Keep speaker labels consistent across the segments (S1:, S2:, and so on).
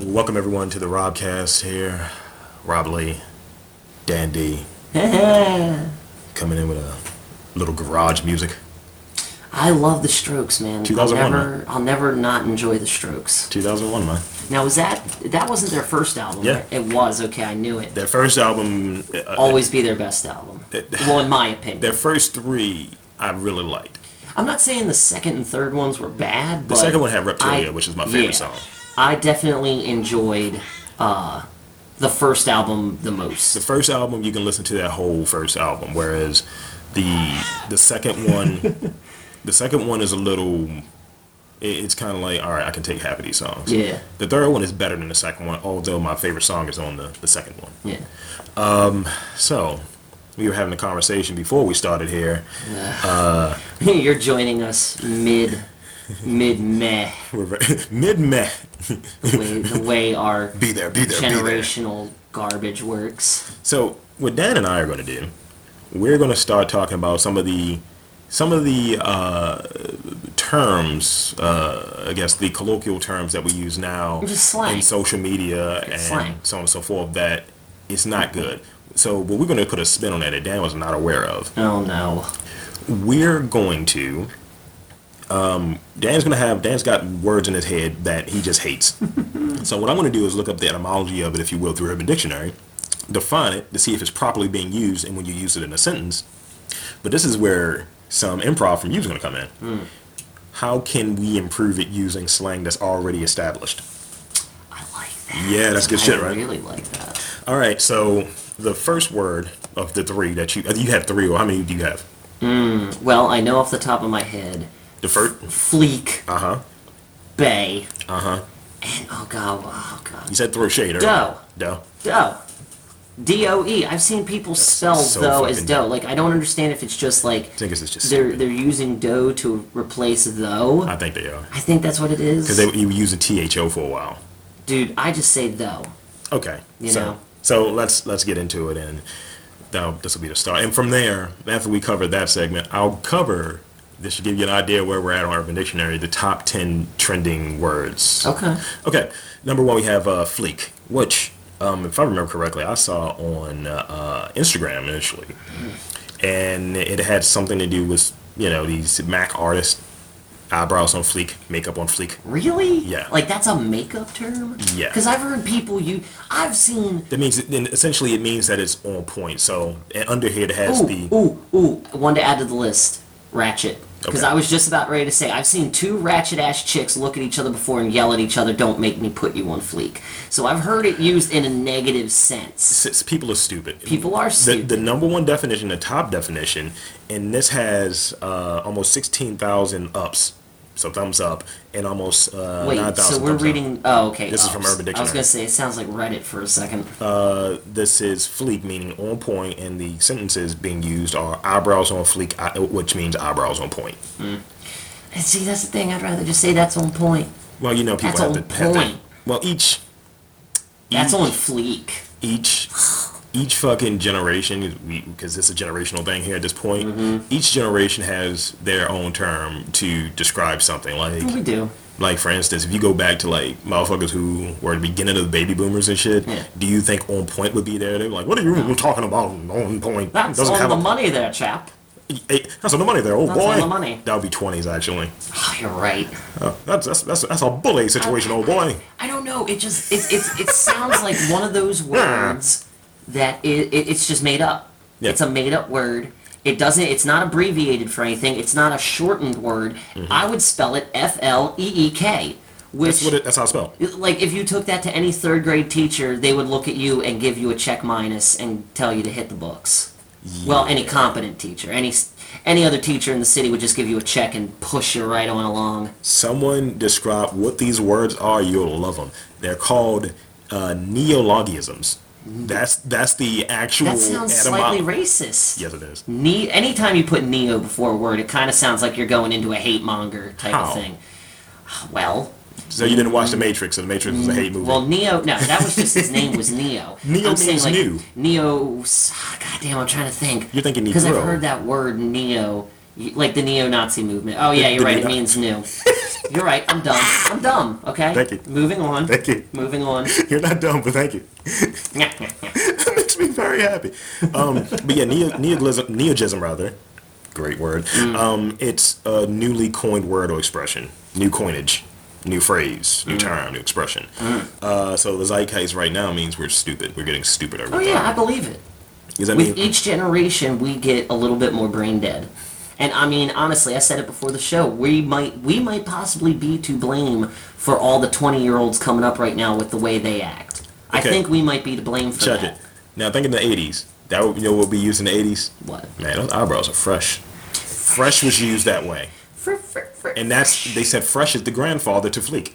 S1: Welcome everyone to the Robcast here. Rob Lee, Dan D. coming in with a little garage music.
S2: I love the Strokes, man.
S1: 2001,
S2: I'll never, I'll never not enjoy the Strokes.
S1: 2001, man.
S2: Now, was that that wasn't their first album?
S1: Yeah.
S2: right? It was. Okay, I knew it.
S1: Their first album, uh,
S2: Always be their best album. well, in my opinion,
S1: their first three, I really liked.
S2: I'm not saying the second and third ones were bad.
S1: The
S2: but
S1: second one had Reptilia,
S2: I-
S1: which is my favorite
S2: yeah.
S1: song.
S2: I definitely enjoyed uh, the first album the most.
S1: The first album, you can listen to that whole first album, whereas the the second one, the second one is a little. it- It's kind of like, all right, I can take half of these songs.
S2: Yeah.
S1: The third one is better than the second one, although my favorite song is on the, the second one.
S2: yeah.
S1: So, we were having a conversation before we started here.
S2: You're joining us mid mid meh
S1: We're mid meh.
S2: the way the way our
S1: Be there, be there, be there.
S2: generational garbage works.
S1: So, what Dan and I are going to do, we're going to start talking about some of the some of the uh, terms, uh, I guess, the colloquial terms that we use now
S2: Just slang.
S1: in social media and
S2: slang.
S1: so on and so forth that it's not good. So, what we're going to put a spin on that that Dan was not aware of.
S2: Oh no.
S1: we're going to um dan's gonna have dan's got words in his head that he just hates so what i'm gonna do is look up the etymology of it if you will through urban dictionary define it to see if it's properly being used and when you use it in a sentence but this is where some improv from you is gonna come in how can we improve it using slang that's already established
S2: I like that.
S1: yeah that's good shit
S2: I
S1: right
S2: really like that.
S1: all right so the first word of the three that you you have three or how many do you have
S2: Well, I know off the top of my head,
S1: the first
S2: fleek,
S1: uh-huh
S2: bay,
S1: uh-huh
S2: and oh god, oh god,
S1: You said throw shade. earlier.
S2: Dough.
S1: Dough.
S2: doe. D O E. I've seen people spell
S1: so
S2: though as
S1: fucking-
S2: doe. Like I don't understand if it's just like
S1: I think this is just.
S2: they're
S1: stupid.
S2: they're using doe to replace though.
S1: I think they are
S2: I think that's what it is.
S1: because they you were using tho for a while.
S2: Dude, I just say though.
S1: Okay.
S2: You
S1: so,
S2: know.
S1: So let's let's get into it and now this will be the start. And from there, after we cover that segment, I'll cover. This should give you an idea where we're at on Urban Dictionary. The top ten trending words.
S2: Okay.
S1: Okay, number one, we have uh, Fleek, which, um, if I remember correctly, I saw on uh, Instagram initially. And it had something to do with, you know, these Mac artists, eyebrows on Fleek, makeup on Fleek.
S2: Really?
S1: Yeah.
S2: Like that's a makeup term?
S1: Yeah.
S2: Because I've heard people you I've seen
S1: That means, then essentially, it means that it's on point. So, and under here, it has
S2: Ooh,
S1: the.
S2: ooh, ooh. One to add to the list. Ratchet. Because
S1: Okay.
S2: I was just about ready to say, I've seen two ratchet ass chicks look at each other before and yell at each other, don't make me put you on fleek. So I've heard it used in a negative sense.
S1: s- People are stupid.
S2: People are
S1: the,
S2: stupid.
S1: the number one definition, the top definition, and this has uh, almost 16,000 ups, so thumbs up, and almost uh,
S2: Wait,
S1: 9,000
S2: so we're
S1: thumbs up.
S2: reading. Oh, okay.
S1: This is from
S2: ups.
S1: Urban
S2: I was
S1: Dictionary.
S2: going to say, it sounds like Reddit for a second.
S1: Uh, this is fleek, meaning on point, and the sentences being used are eyebrows on fleek, eye- which means eyebrows on point.
S2: And see, that's the thing. I'd rather just say that's on point.
S1: Well, you know, people
S2: That's
S1: have
S2: on
S1: to have to-
S2: point.
S1: well, each
S2: That's
S1: each,
S2: on fleek.
S1: each each fucking generation, because it's a generational thing here at this point.
S2: Mm-hmm.
S1: Each generation has their own term to describe something. Like,
S2: We do.
S1: like for instance, if you go back to like motherfuckers who were at the beginning of the baby boomers and shit,
S2: Yeah.
S1: do you think on point would be there? They're like, what are you talking about? On point.
S2: That's
S1: Doesn't
S2: on
S1: have
S2: the
S1: a-
S2: money there, chap.
S1: Hey, that's a lot of money there, oh
S2: That's
S1: boy.
S2: a lot of money.
S1: That would be twenties actually.
S2: Oh, you're right.
S1: Uh, that's, that's that's that's a bully situation, oh boy.
S2: I don't know. It just it it, it sounds like one of those words that it, it it's just made up.
S1: Yeah.
S2: It's a made up word. It doesn't. It's not abbreviated for anything. It's not a shortened word.
S1: Mm-hmm.
S2: I would spell it F L E E K, which
S1: That's what it, that's how it's spelled.
S2: like if you took that to any third grade teacher, they would look at you and give you a check minus and tell you to hit the books. Well, any competent teacher, any s- any other teacher in the city would just give you a check and push you right on along.
S1: Someone describe what these words are. You'll love them. They're called uh, neologisms. That's that's the actual.
S2: That sounds
S1: etymo-
S2: slightly racist.
S1: Yes, it is.
S2: Ne- anytime you put neo before a word, it kind of sounds like you're going into a hate monger type
S1: How?
S2: of thing. Well,
S1: So you didn't watch The Matrix, and The Matrix was a hate movie.
S2: Mm, well, Neo. No, that was just his name was Neo.
S1: Neo
S2: I'm saying,
S1: means
S2: like,
S1: new.
S2: Neo. God damn, I'm trying to think.
S1: You're thinking
S2: because I've
S1: Negro.
S2: heard that word Neo You- Like the neo-Nazi movement. Oh yeah, you're
S1: The
S2: right. It
S1: neo-
S2: means new. You're right. I'm dumb. I'm dumb. Okay.
S1: Thank you.
S2: Moving on.
S1: Thank you.
S2: Moving on.
S1: You're not dumb, but thank you. that makes me very happy. Um, but yeah, neo, neogism, neogism rather, great word. Um, it's a newly coined word or expression, new coinage, new phrase, new term, new expression. Uh, so the zeitgeist right now means we're stupid. We're getting stupider.
S2: Oh yeah, I believe it.
S1: Does that mean
S2: With each generation, we get a little bit more brain dead. And I mean, honestly, I said it before the show. We might, we might possibly be to blame for all the twenty-year-olds coming up right now with the way they act. I
S1: Okay.
S2: think we might be to blame for
S1: check
S2: that.
S1: it? Now think in the '80s. That would, you know what we used in the '80s.
S2: What?
S1: Man, those eyebrows are fresh. Fresh was used that way,
S2: Fr- fr- fr-
S1: and that's they said fresh is the grandfather to fleek.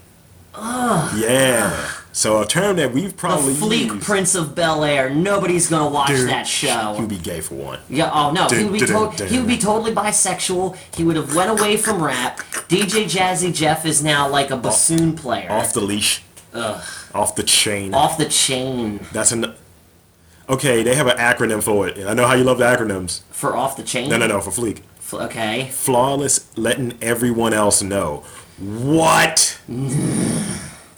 S1: Oh. Yeah. So a term that we've
S2: the
S1: probably
S2: Fleek
S1: used-
S2: Prince of Bel Air. Nobody's gonna watch
S1: Dude,
S2: that
S1: He
S2: show.
S1: would be gay for one.
S2: Yeah. Oh no, he would be
S1: Dude,
S2: to-
S1: dude, dude.
S2: he would be totally bisexual. He would have went away from rap. DJ Jazzy Jeff is now like a bassoon player.
S1: Off the leash. Off the chain.
S2: off the chain
S1: That's an. Okay, they have an acronym for it. And I know how you love the acronyms.
S2: for off the chain.
S1: No, no, no, for Fleek.
S2: F- Okay.
S1: Flawless letting everyone else know. What?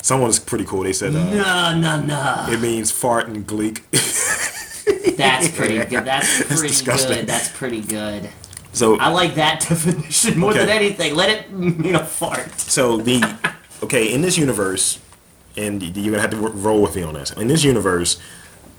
S1: Someone's pretty cool. They said uh,
S2: No, no, no.
S1: it means fart and gleek.
S2: That's pretty good. That's pretty
S1: disgusting.
S2: good. That's pretty good.
S1: so,
S2: I like that definition more than
S1: Okay.
S2: anything. Let it mean a fart.
S1: so the. Okay, in this universe, and you're going to have to roll with me on this. In this universe,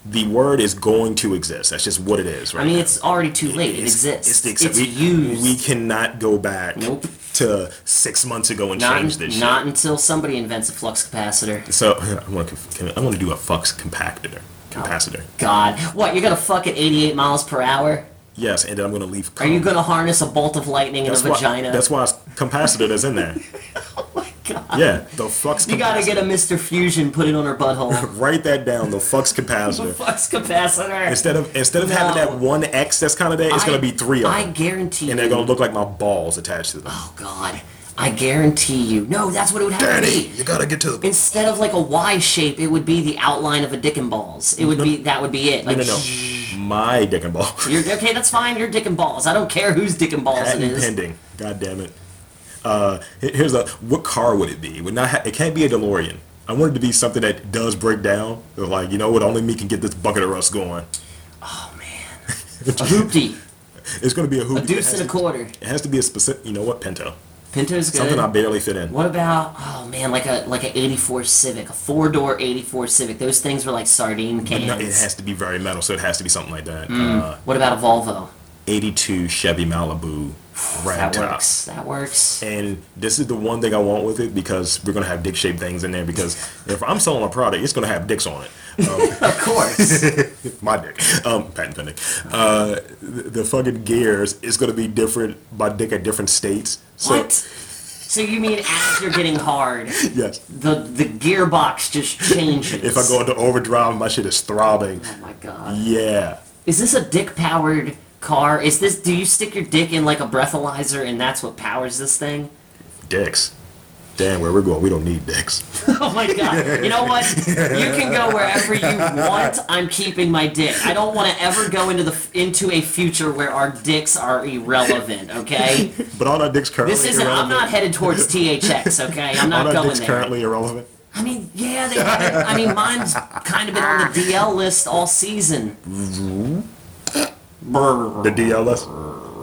S1: the word is going to exist. That's just what it is, right?
S2: I mean,
S1: now.
S2: it's already too late. It exists. It's,
S1: the except we,
S2: used.
S1: We cannot go back
S2: Nope.
S1: to six months ago and
S2: not,
S1: change this
S2: not until somebody invents a flux capacitor.
S1: shit. So I want to I want to do a flux compactor. Capacitor.
S2: God, what? You're gonna fuck at 88 miles per hour?
S1: Yes, and then I'm going to leave.
S2: Are you gonna harness a bolt of lightning in a
S1: That's why,
S2: vagina?
S1: That's why it's capacitor that's in there.
S2: oh my God.
S1: Yeah, the flux.
S2: You gotta get a Mr. Fusion, put it on her butthole.
S1: Write that down. The flux
S2: the
S1: capacitor.
S2: flux capacitor.
S1: Instead of instead of having
S2: No.
S1: that one X that's kind of there, it's going
S2: I-
S1: to be three of
S2: I
S1: them,
S2: guarantee
S1: and they're
S2: you.
S1: going to look like my balls attached to them.
S2: Oh God, I guarantee you. No, that's what it would have
S1: Daddy,
S2: to be.
S1: you got to get to the.
S2: Instead of like a Y shape, it would be the outline of a dick and balls. It would be that would be it. Like,
S1: No, no, no. My dick and ball.
S2: You're, okay, that's fine. You're dick and balls. I don't care whose dick and balls it
S1: Patent
S2: is.
S1: pending. God damn it. Uh, he- here's a what car would it be? It Would not ha- it can't be a DeLorean. I want it to be something that does break down. Like you know what? Only me can get this bucket of rust going.
S2: Oh man, a hoopty,
S1: It's going to be a hoop.
S2: a deuce
S1: it,
S2: and a
S1: has to,
S2: quarter.
S1: it has to be a specific. You know what? Pinto.
S2: Pinto's good.
S1: Something I barely fit in.
S2: what about oh man, like a like a '84 Civic, a four door '84 Civic. Those things were like sardine
S1: But
S2: cans.
S1: no, it has to be very metal, so it has to be something like that. Uh,
S2: what about a Volvo?
S1: 82 Chevy Malibu rag
S2: That
S1: top.
S2: works. That works.
S1: And this is the one thing I want with it because we're gonna have dick shaped things in there. Because if I'm selling a product, it's gonna have dicks on it.
S2: Of course.
S1: my dick. Um, patent pending. Uh, the, the fucking gears is gonna be different by dick at different states. So,
S2: what? So you mean after getting hard?
S1: Yes.
S2: the the gearbox just changes.
S1: If I go into overdrive, my shit is throbbing.
S2: Oh my god.
S1: Yeah.
S2: Is this a dick powered car? Is this do you stick your dick in like a breathalyzer and that's what powers this thing?
S1: Dicks. Damn, where we're going, we don't need dicks.
S2: Oh my god. You know what? You can go wherever you want. I'm keeping my dick. I don't want to ever go into the f- into a future where our dicks are irrelevant, okay?
S1: But all our dicks currently
S2: This isn't I'm
S1: irrelevant.
S2: not headed towards THX, okay? I'm not
S1: all our
S2: going
S1: dicks
S2: there.
S1: currently irrelevant.
S2: I mean, yeah, they haven't. I mean, mine's kind of been on the DL list all season.
S1: The
S2: Brr.
S1: DL list,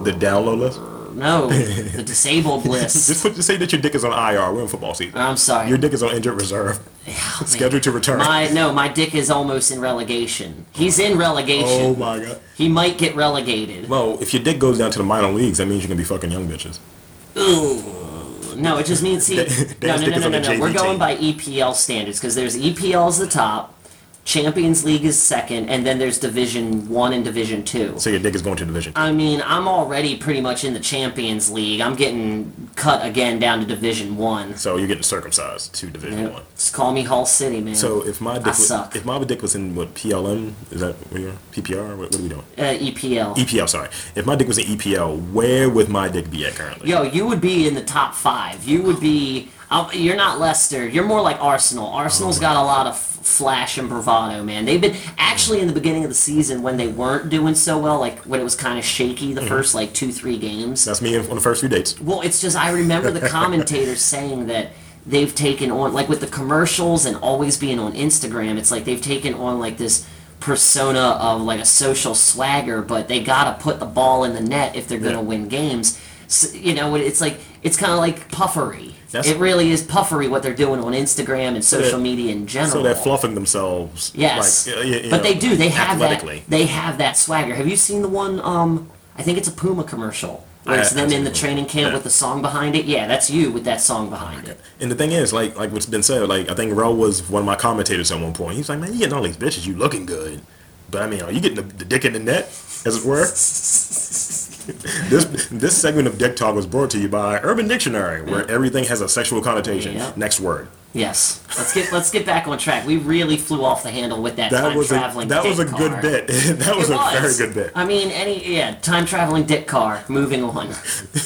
S1: the download list.
S2: No, the disabled list.
S1: Just put, just say that your dick is on IR. We're in football season.
S2: I'm sorry.
S1: Your dick is on injured reserve,
S2: Oh, man.
S1: scheduled to return.
S2: My no, my dick is almost in relegation. He's in relegation.
S1: oh my god.
S2: He might get relegated.
S1: Well, if your dick goes down to the minor leagues, that means you're gonna be fucking young bitches.
S2: No, it just means see. no,
S1: Dan's
S2: no,
S1: dick
S2: no,
S1: is
S2: no,
S1: on
S2: no,
S1: the
S2: no. We're
S1: JV
S2: going
S1: team.
S2: by EPL standards because there's E EPL's the top, Champions League is second, and then there's Division One and Division Two.
S1: So your dick is going to division.
S2: I mean, I'm already pretty much in the Champions League. I'm getting cut again down to Division One.
S1: So you're getting circumcised to Division One.
S2: Just call me Hull City, man.
S1: So if my dick was,
S2: suck.
S1: if my dick was in what PLM is that what you're PPR? What, what are we doing?
S2: uh, EPL.
S1: EPL, sorry. If my dick was in EPL, where would my dick be at currently?
S2: Yo, you would be in the top five. You would be. Um, you're not Leicester. You're more like Arsenal. Arsenal's got a lot of f- flash and bravado, man. They've been actually in the beginning of the season when they weren't doing so well, like when it was kind of shaky the first like two three games.
S1: That's me on the first few dates.
S2: Well, it's just I remember the commentators saying that they've taken on like with the commercials and always being on Instagram. It's like they've taken on like this persona of like a social swagger, but they gotta put the ball in the net if they're gonna
S1: Yeah.
S2: win games. S you know, it- it's like it's kind of like puffery.
S1: That's-
S2: it really is puffery what they're doing on Instagram and social
S1: that-
S2: media in general.
S1: So they're fluffing themselves.
S2: Yes,
S1: Like, y- y- you
S2: but
S1: know,
S2: they do. They have
S1: athletically.
S2: that. They have that swagger. Have you seen the one? Um, I think it's a Puma commercial where
S1: I-
S2: it's
S1: I've
S2: them
S1: seen
S2: in the
S1: it.
S2: training camp
S1: Yeah.
S2: with the song behind it. Yeah, that's you with that song behind it.
S1: And the thing is, like like what's been said, like I think Roe was one of my commentators at one point. He's like, man, you getting all these bitches, you looking good, but I mean, are you getting the, the dick in the net, as it were? this this segment of Dick Talk was brought to you by Urban Dictionary,
S2: Mm.
S1: where everything has a sexual connotation.
S2: Yeah.
S1: Next word.
S2: Yes, let's get let's get back on track. We really flew off the handle with that,
S1: That
S2: time
S1: was a
S2: traveling.
S1: that was a
S2: dick
S1: good
S2: car.
S1: bit. that was,
S2: It
S1: a very
S2: was.
S1: good bit.
S2: I mean, any yeah, time traveling dick car. Moving on.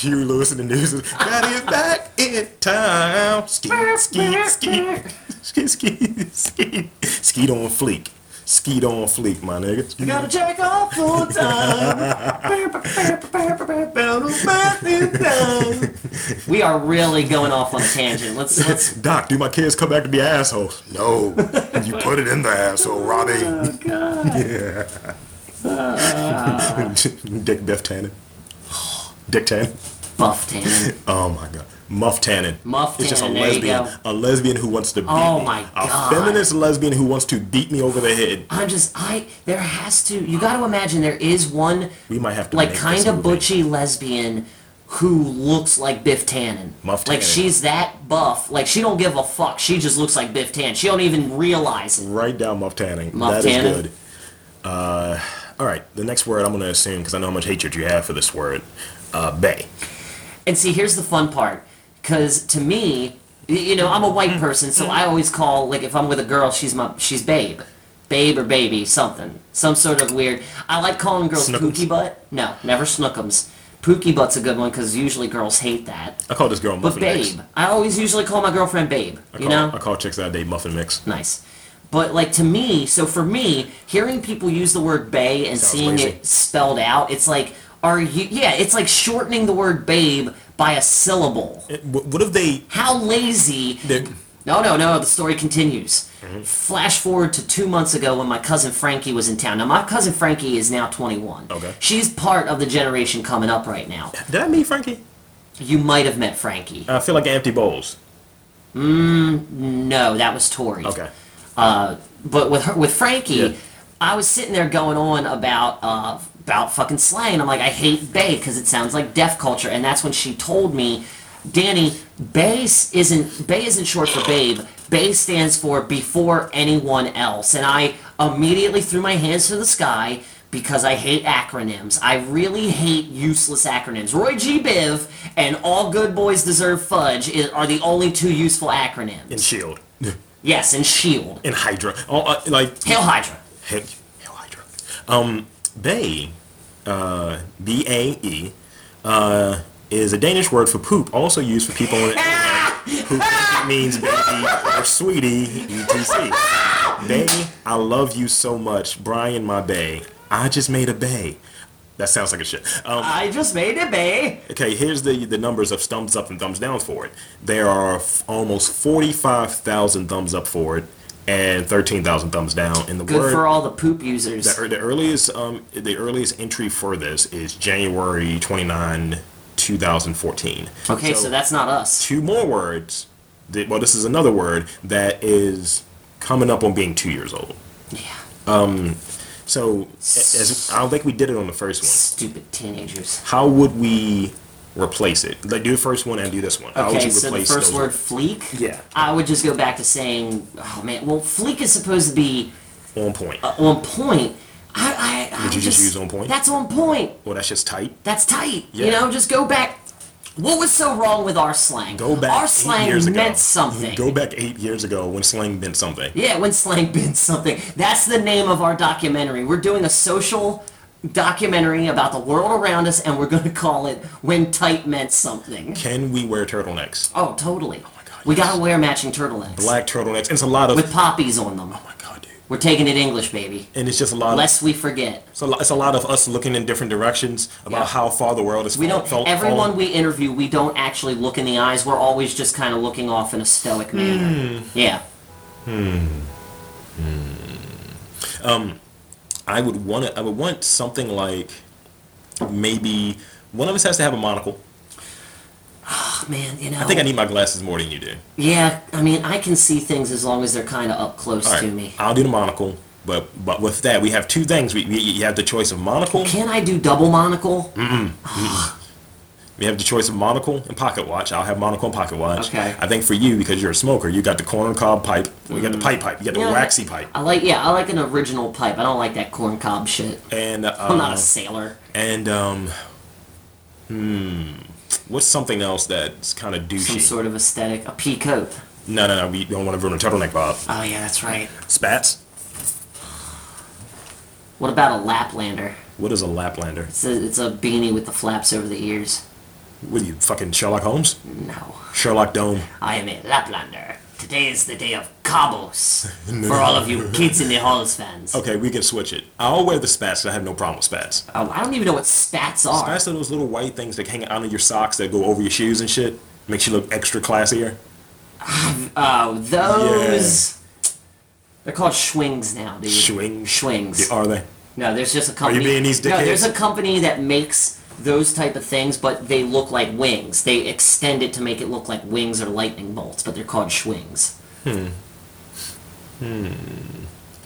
S1: Huey Lewis in the news. is, Daddy is back in town. Skeet, skeet, skeet, skeet, skeet, skeet. Skeet on fleek. Skeet on fleek, my nigga. Skeet
S2: Gotta check off full time. we are really going off on a tangent. Let's let's
S1: Doc, do my kids come back to be assholes? No. you put it in the asshole, Robbie.
S2: Oh God!
S1: Dick Biff Tannen. Dick Tannen.
S2: Buff tan.
S1: Oh my god. Muff Tannen.
S2: Muff
S1: It's just a
S2: Tannen, there you
S1: lesbian.
S2: go.
S1: A lesbian who wants to beat
S2: Oh
S1: me.
S2: my
S1: A
S2: God.
S1: feminist lesbian who wants to beat me over the head.
S2: I'm just I. There has to. You got to imagine there is one
S1: We might have to
S2: like
S1: make this
S2: kind of
S1: movie.
S2: butchy lesbian who looks like Biff Tannen.
S1: Muff
S2: Like
S1: Tannen.
S2: she's that buff. Like she don't give a fuck. She just looks like Biff Tannen. She don't even realize it.
S1: Right down Muff Tanning.
S2: Muff
S1: That is
S2: Tannen.
S1: good. Uh, all right, the next word I'm going to assume, because I know how much hatred you have for this word, uh, bay.
S2: And see, here's the fun part, because to me, y- you know, I'm a
S1: Mm-hmm.
S2: white person, so I always call like if I'm with a girl, she's my she's babe, babe or baby, something, some sort of weird. I like calling girls
S1: Snookums.
S2: pookie butt. No, never snookums. Pookie butt's a good one because usually girls hate that.
S1: I call this girl
S2: But
S1: Muffin Mix.
S2: babe, I always usually call my girlfriend babe.
S1: I
S2: You
S1: call,
S2: know,
S1: I call chicks that day Muffin Mix.
S2: nice. But like to me, so for me, hearing people use the word "bay" and
S1: Sounds
S2: seeing
S1: lazy.
S2: it spelled out, it's like, are you? Yeah, it's like shortening the word "babe" by a syllable.
S1: It- wh- what if they...
S2: How lazy!
S1: they-
S2: No, no, no. The story continues.
S1: Mm-hmm.
S2: Flash forward to two months ago when my cousin Frankie was in town. Now my cousin Frankie is now 21.
S1: Okay.
S2: She's part of the generation coming up right now.
S1: Did I meet Frankie?
S2: You might have met Frankie.
S1: I feel like empty bowls.
S2: No, that was Tori.
S1: Okay.
S2: Uh, but with her, with Frankie,
S1: Yeah.
S2: I was sitting there going on about uh, about fucking slang. I'm like, I hate Bay because it sounds like deaf culture, and that's when she told me, Danny, Bay s- isn't Bay isn't short for babe. Bay stands for before anyone else, and I immediately threw my hands to the sky because I hate acronyms. I really hate useless acronyms. Roy G. Biv and All Good Boys Deserve Fudge i- are the only two useful acronyms.
S1: In S.H.I.E.L.D.
S2: yes, and Shield.
S1: E In Hydra. Oh, uh, like...
S2: E Hail Hydra.
S1: Hail, Hail Hydra. Um, bay, uh, B-A-E, uh, is a Danish word for poop, also used for people in the internet who means baby or sweetie, etc. Bay, I love you so much, Brian, my bay. I just made a bay. That sounds like a shit. Um,
S2: I just made it, bae.
S1: okay, here's the the numbers of thumbs up and thumbs down for it. There are f- almost forty-five thousand thumbs up for it, and thirteen thousand thumbs down. And the
S2: Good
S1: word
S2: for all the poop users.
S1: the, the earliest um the earliest entry for this is January 29, 2014.
S2: okay, so, that's not us.
S1: two more words. That, well, this is another word that is coming up on being two years old.
S2: Yeah.
S1: So a- as, I don't think we did it on the first one.
S2: Stupid teenagers.
S1: How would we replace it? Like do the first one and do this one. How would
S2: Okay,
S1: you
S2: so the
S1: replace
S2: first
S1: those
S2: word, fleek.
S1: Yeah.
S2: I would just go back to saying, oh man, well, fleek is supposed to be
S1: on point?
S2: on point. I, I, I
S1: Did you just use on point?
S2: That's on point.
S1: well, that's just tight.
S2: That's tight. You
S1: Yeah.
S2: know, just go back. What was so wrong with our slang?
S1: Go back
S2: Our
S1: eight
S2: slang
S1: years ago.
S2: meant something.
S1: Go back eight years ago when slang meant something.
S2: Yeah, when slang bins something. That's the name of our documentary. We're doing a social documentary about the world around us, and we're going to call it When Tight Meant Something.
S1: Can we wear turtlenecks?
S2: Oh, totally.
S1: Oh my God,
S2: We gotta wear matching turtlenecks
S1: Black turtlenecks. It's a lot of.
S2: with poppies on them.
S1: oh my god, dude.
S2: We're taking it English, baby.
S1: And it's just a lot. Of,
S2: Lest we forget.
S1: it's, a lot, it's a lot of us looking in different directions about
S2: Yeah.
S1: how far the world is.
S2: We
S1: fall-
S2: don't.
S1: fall-
S2: everyone
S1: falling.
S2: we interview, we don't actually look in the eyes. We're always just kind of looking off in a
S1: Hmm.
S2: stoic manner. Yeah.
S1: I would want to. I would want something like maybe one of us has to have a monocle.
S2: Oh, man, you know.
S1: I think I need my glasses more than you do.
S2: Yeah, I mean, I can see things as long as they're kind of up close
S1: All right,
S2: to me.
S1: I'll do the monocle, but but with that we have two things. We, we you have the choice of monocle.
S2: Can I do double monocle?
S1: We have the choice of monocle and pocket watch. I'll have monocle and pocket watch.
S2: Okay.
S1: I think for you because you're a smoker, you got the corn cob pipe. We got the
S2: Mm.
S1: pipe pipe. You got the
S2: Yeah,
S1: waxy pipe.
S2: I like, yeah, I like an original pipe. I don't like that corn cob shit.
S1: And uh,
S2: I'm not a sailor.
S1: and um, hmm, what's something else that's kind of
S2: Some
S1: douchey?
S2: sort of aesthetic. A pea coat.
S1: no, no, no. We don't want to ruin a turtleneck, Bob.
S2: Oh yeah, that's right.
S1: Spats.
S2: What about a Laplander?
S1: What is a Laplander?
S2: It's a, it's a beanie with the flaps over the ears.
S1: What are you fucking Sherlock Holmes?
S2: No,
S1: Sherlock Dome.
S2: I am a Laplander. Today is the day of Cabos for all of you kids in the halls fans.
S1: Okay, we can switch it. I'll wear the spats. 'cause I have no problem with spats.
S2: Oh, I don't even know what spats are.
S1: Spats are those little white things that hang out of your socks that go over your shoes and shit. Makes you look extra classier.
S2: Oh, those. They're called Schwings now, dude.
S1: Schwings?
S2: Schwings.
S1: Are they?
S2: No, there's just a company.
S1: being these
S2: No, there's
S1: dickheads?
S2: a company that makes those type of things, but they look like wings. They extend it to make it look like wings or lightning bolts, but they're called Schwings.
S1: We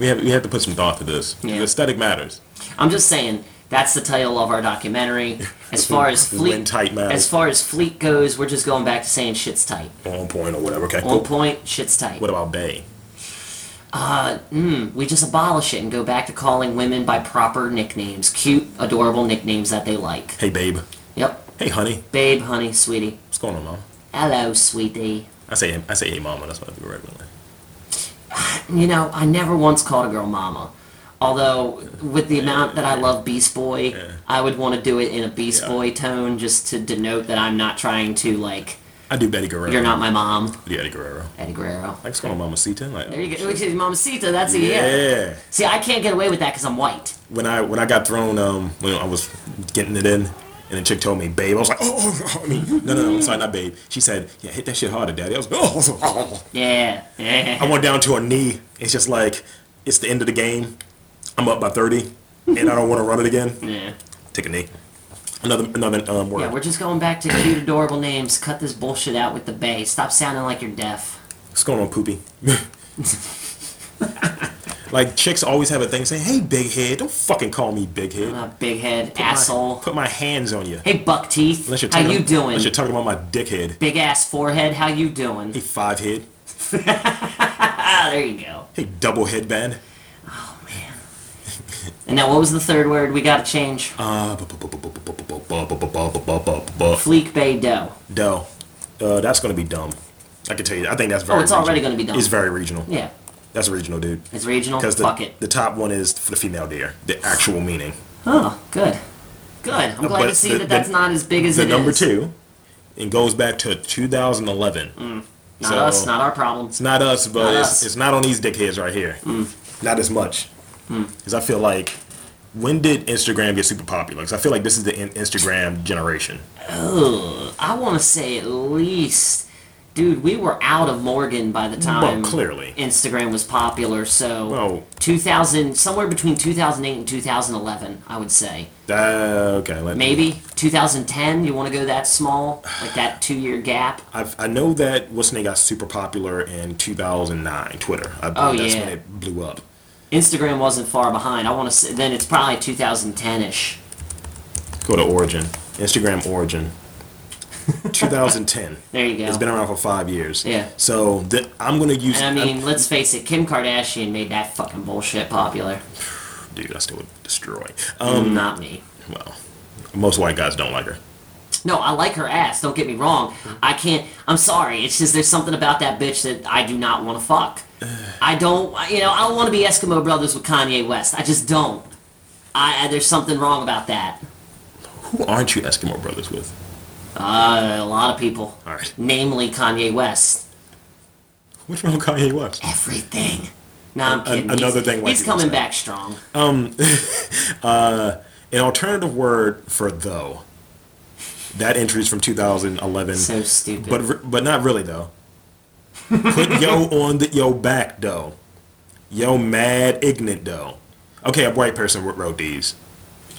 S1: have we have to put some thought to this.
S2: Yeah.
S1: The aesthetic matters.
S2: I'm just saying that's the title of our documentary. As far as
S1: When
S2: fleet,
S1: tight matters.
S2: as far as fleet goes, we're just going back to saying shit's tight.
S1: On point or whatever. Okay.
S2: On
S1: cool.
S2: point, shit's tight.
S1: What about Bay?
S2: We just abolish it and go back to calling women by proper nicknames, cute, adorable nicknames that they like.
S1: Hey babe.
S2: Yep.
S1: Hey honey.
S2: Babe, honey, sweetie.
S1: What's going on, mom?
S2: Hello, sweetie.
S1: I say I say hey mama. That's what I do regularly.
S2: You know, I never once called a girl mama. Although, with the amount that I love Beast Boy, I would want to do it in a Beast
S1: Yeah.
S2: Boy tone just to denote that I'm not trying to, like,
S1: I do Betty Guerrero.
S2: you're not my mom,
S1: I do Eddie Guerrero.
S2: Eddie Guerrero.
S1: Like what's going on, Mama Sita? Like, oh,
S2: There you go. Which is Mamacita, that's a
S1: yeah.
S2: yeah. See, I can't get away with that because I'm white.
S1: When I when I got thrown um when I was getting it in. And the chick told me, babe. I was like, oh, oh, oh," I mean, no, no, no, I'm sorry, not babe. She said, yeah, hit that shit harder, daddy. I was like, oh, oh, oh.
S2: Yeah.
S1: I went down to a knee. It's just like it's the end of the game. I'm up by 30, and I don't want to run it again.
S2: yeah.
S1: Take a knee. Another another um, word.
S2: Yeah, we're just going back to cute, adorable names. Cut this bullshit out with the bay. Stop sounding like you're deaf.
S1: What's going on, poopy? like chicks always have a thing saying, "Hey, big head, don't fucking call me big head."
S2: Uh, big head,
S1: My-
S2: asshole.
S1: Put my hands on you.
S2: Hey, buck teeth.
S1: Unless you're
S2: How
S1: talking-
S2: you doing?
S1: Unless you're talking about my dickhead.
S2: Big ass forehead. How you doing?
S1: Hey, five head.
S2: Ah, there you go.
S1: Hey, double headband.
S2: And now, what was the third word we got to change?
S1: Uh, bu- bu- bu- bu- bu- bu- bu- bu- bu- bu- bu- bu- bu- bu- bu-
S2: Fleek Bay Doe.
S1: No. Uh, that's gonna be dumb. I can tell you. I think that's very.
S2: Oh, it's already
S1: regional.
S2: gonna be dumb.
S1: It's very regional.
S2: Yeah,
S1: That's regional, dude.
S2: it's regional.
S1: Because the,
S2: Fuck it.
S1: the top one is for the female deer, the actual meaning.
S2: Oh, good. Good. I'm glad
S1: But
S2: to see
S1: the-
S2: that that's
S1: the-
S2: not as big as
S1: The
S2: it
S1: number
S2: is.
S1: two, and goes back to 2011.
S2: Not
S1: so-
S2: us. Not our problem.
S1: It's not us, but
S2: Not
S1: it's,
S2: us. Mm.
S1: it's not on these dickheads right here. Not as much. Because I feel like, when did Instagram get super popular? Because I feel like this is the in- Instagram generation.
S2: I want to say at least, dude, we were out of Morgan by the time
S1: clearly.
S2: Instagram was popular. So
S1: Well-
S2: 2000, somewhere between 2008 and 2011, I would say.
S1: Uh, okay, let
S2: Maybe 2010. You want to go that small, like that two-year gap?
S1: I've, I know that what's name got super popular in 2009, Twitter. I believe
S2: Oh,
S1: that's
S2: yeah.
S1: when it blew up.
S2: Instagram wasn't far behind. I want to say then it's probably 2010ish.
S1: Go to Origin. Instagram Origin. 2010.
S2: There you go.
S1: It's been around for five years.
S2: Yeah.
S1: So th- I'm gonna use.
S2: And I mean,
S1: I'm-
S2: let's face it, Kim Kardashian made that fucking bullshit popular.
S1: dude, I still would destroy. Um,
S2: Not me.
S1: well, most white guys don't like her.
S2: No, I like her ass. Don't get me wrong. I can't. I'm sorry. It's just there's something about that bitch that I do not want to fuck. I don't. You know, I don't want to be Eskimo brothers with Kanye West. I just don't. I I- there's something wrong about that.
S1: Who aren't you Eskimo brothers with?
S2: Uh, a lot of people,
S1: All right.
S2: namely Kanye West.
S1: What's wrong with Kanye West?
S2: Everything. No, I'm kidding.
S1: another
S2: he's,
S1: thing white
S2: He's
S1: people
S2: coming
S1: say.
S2: back strong.
S1: An alternative word for though. That entry is from 2011.
S2: so stupid.
S1: But re- but not really though. Put yo on the yo back though. Yo mad ignorant though. Okay, a white person wrote- wrote these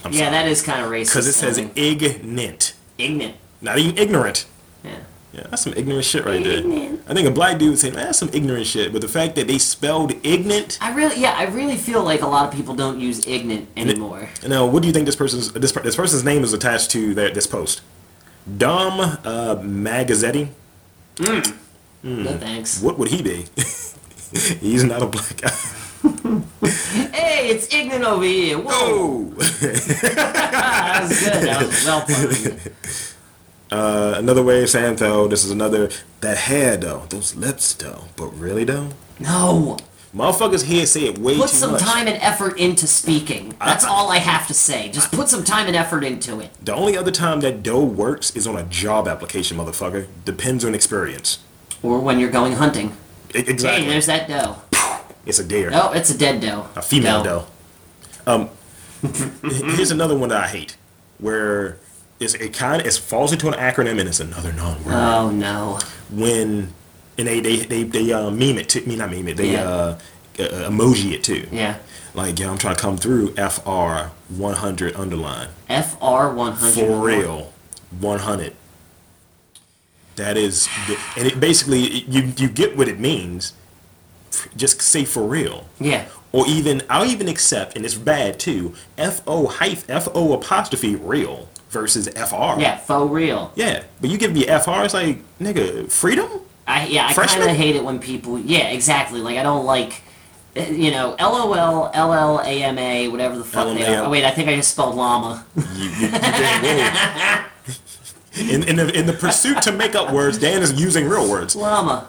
S2: yeah, that is kind of racist.
S1: because it says
S2: sounding.
S1: ignorant,
S2: ignorant.
S1: not even ignorant.
S2: Yeah.
S1: Yeah, that's some ignorant shit right there.
S2: Ignorant.
S1: I think a black dude would say, man, that's some ignorant shit. But the fact that they spelled ignorant,
S2: I really, yeah, I really feel like a lot of people don't use ignorant anymore.
S1: now what do you think this person's this, per- this person's name is attached to their, this post? Dom uh, Magazzetti. hmm.
S2: No thanks.
S1: What would he be? He's not a black guy.
S2: Hey, it's ignorant over here. Whoa,
S1: Oh.
S2: that was good. That was well put.
S1: Another way of saying though, this is another that hair though, those lips though, but really though,
S2: No,
S1: motherfuckers here say it way
S2: put
S1: too
S2: some
S1: much. Ah.
S2: time and effort into speaking. That's all I have to say. Just put some time and effort into it.
S1: The only other time that dough works is on a job application, motherfucker. Depends on experience.
S2: Or when you're going hunting.
S1: E-
S2: Hey,
S1: exactly.
S2: there's that doe.
S1: it's a deer,
S2: No, it's a dead doe.
S1: a female dough. Um, here's another one that I hate, where it's, it kind of it falls into an acronym and it's another non-word.
S2: Oh no.
S1: when and they they they, they uh, meme it to me not meme it they
S2: Yeah.
S1: uh, uh, emoji it too.
S2: Yeah.
S1: Like, yo, I'm trying to come through FR 100 underline.
S2: FR one hundred.
S1: For real. 100. That is, the- and it basically, you, you get what it means. Just say for real.
S2: Yeah.
S1: Or even, I'll even accept, and it's bad too, FO hyphen, FO apostrophe real versus FR.
S2: Yeah, for real.
S1: Yeah. But you give me FR, it's like, nigga, freedom?
S2: I yeah, I
S1: Freshman?
S2: kind of hate it when people. Yeah, exactly. Like I don't like, uh, you know, LOL, LLAMA, whatever the fuck they are.
S1: LMAO.
S2: Oh, wait, I think I just spelled llama.
S1: You, you, you didn't win. In, in, the, in the pursuit to make up words, Dan is using real words.
S2: llama.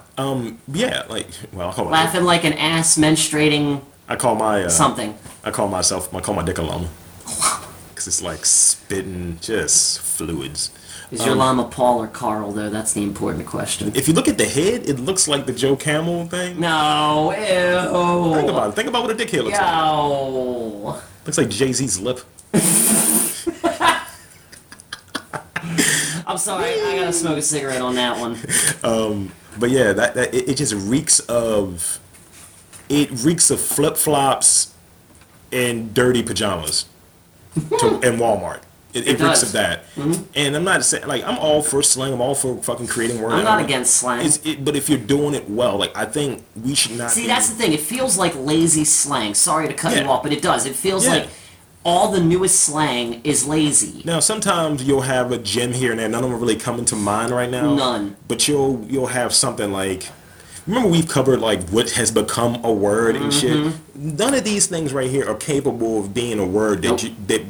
S1: Yeah, like well, hold on.
S2: Laughing like an ass menstruating
S1: I call my uh,
S2: something.
S1: I call myself I call my dick a llama because it's like spitting just fluids.
S2: Is
S1: Um,
S2: your llama Paul or Carl though? That's the important question.
S1: If you look at the head, it looks like the Joe Camel thing.
S2: No, ew.
S1: Think about it. Think about what a dickhead looks like.
S2: No.
S1: Looks like Jay Z's lip.
S2: I'm sorry. I gotta smoke a cigarette on that one.
S1: But yeah, that, that it, it just reeks of it reeks of flip flops and dirty pajamas to, and Walmart. It, it, reeks
S2: does. Mm-hmm.
S1: of that. And I'm not saying like I'm all for slang. I'm all for fucking creating words.
S2: I'm not against slang.
S1: It's, it, but if you're doing it well, like I think we should not.
S2: See,
S1: be-
S2: that's the thing. It feels like lazy slang. Sorry to cut
S1: Yeah.
S2: you off, but it does. It feels
S1: Yeah.
S2: like all the newest slang is lazy.
S1: Now sometimes you'll have a gem here and there. None of them really coming to mind right now.
S2: None.
S1: But you'll you'll have something like. Remember we've covered like what has become a word and shit. None of these things right here are capable of being a word that
S2: Mm-hmm. Nope.
S1: you that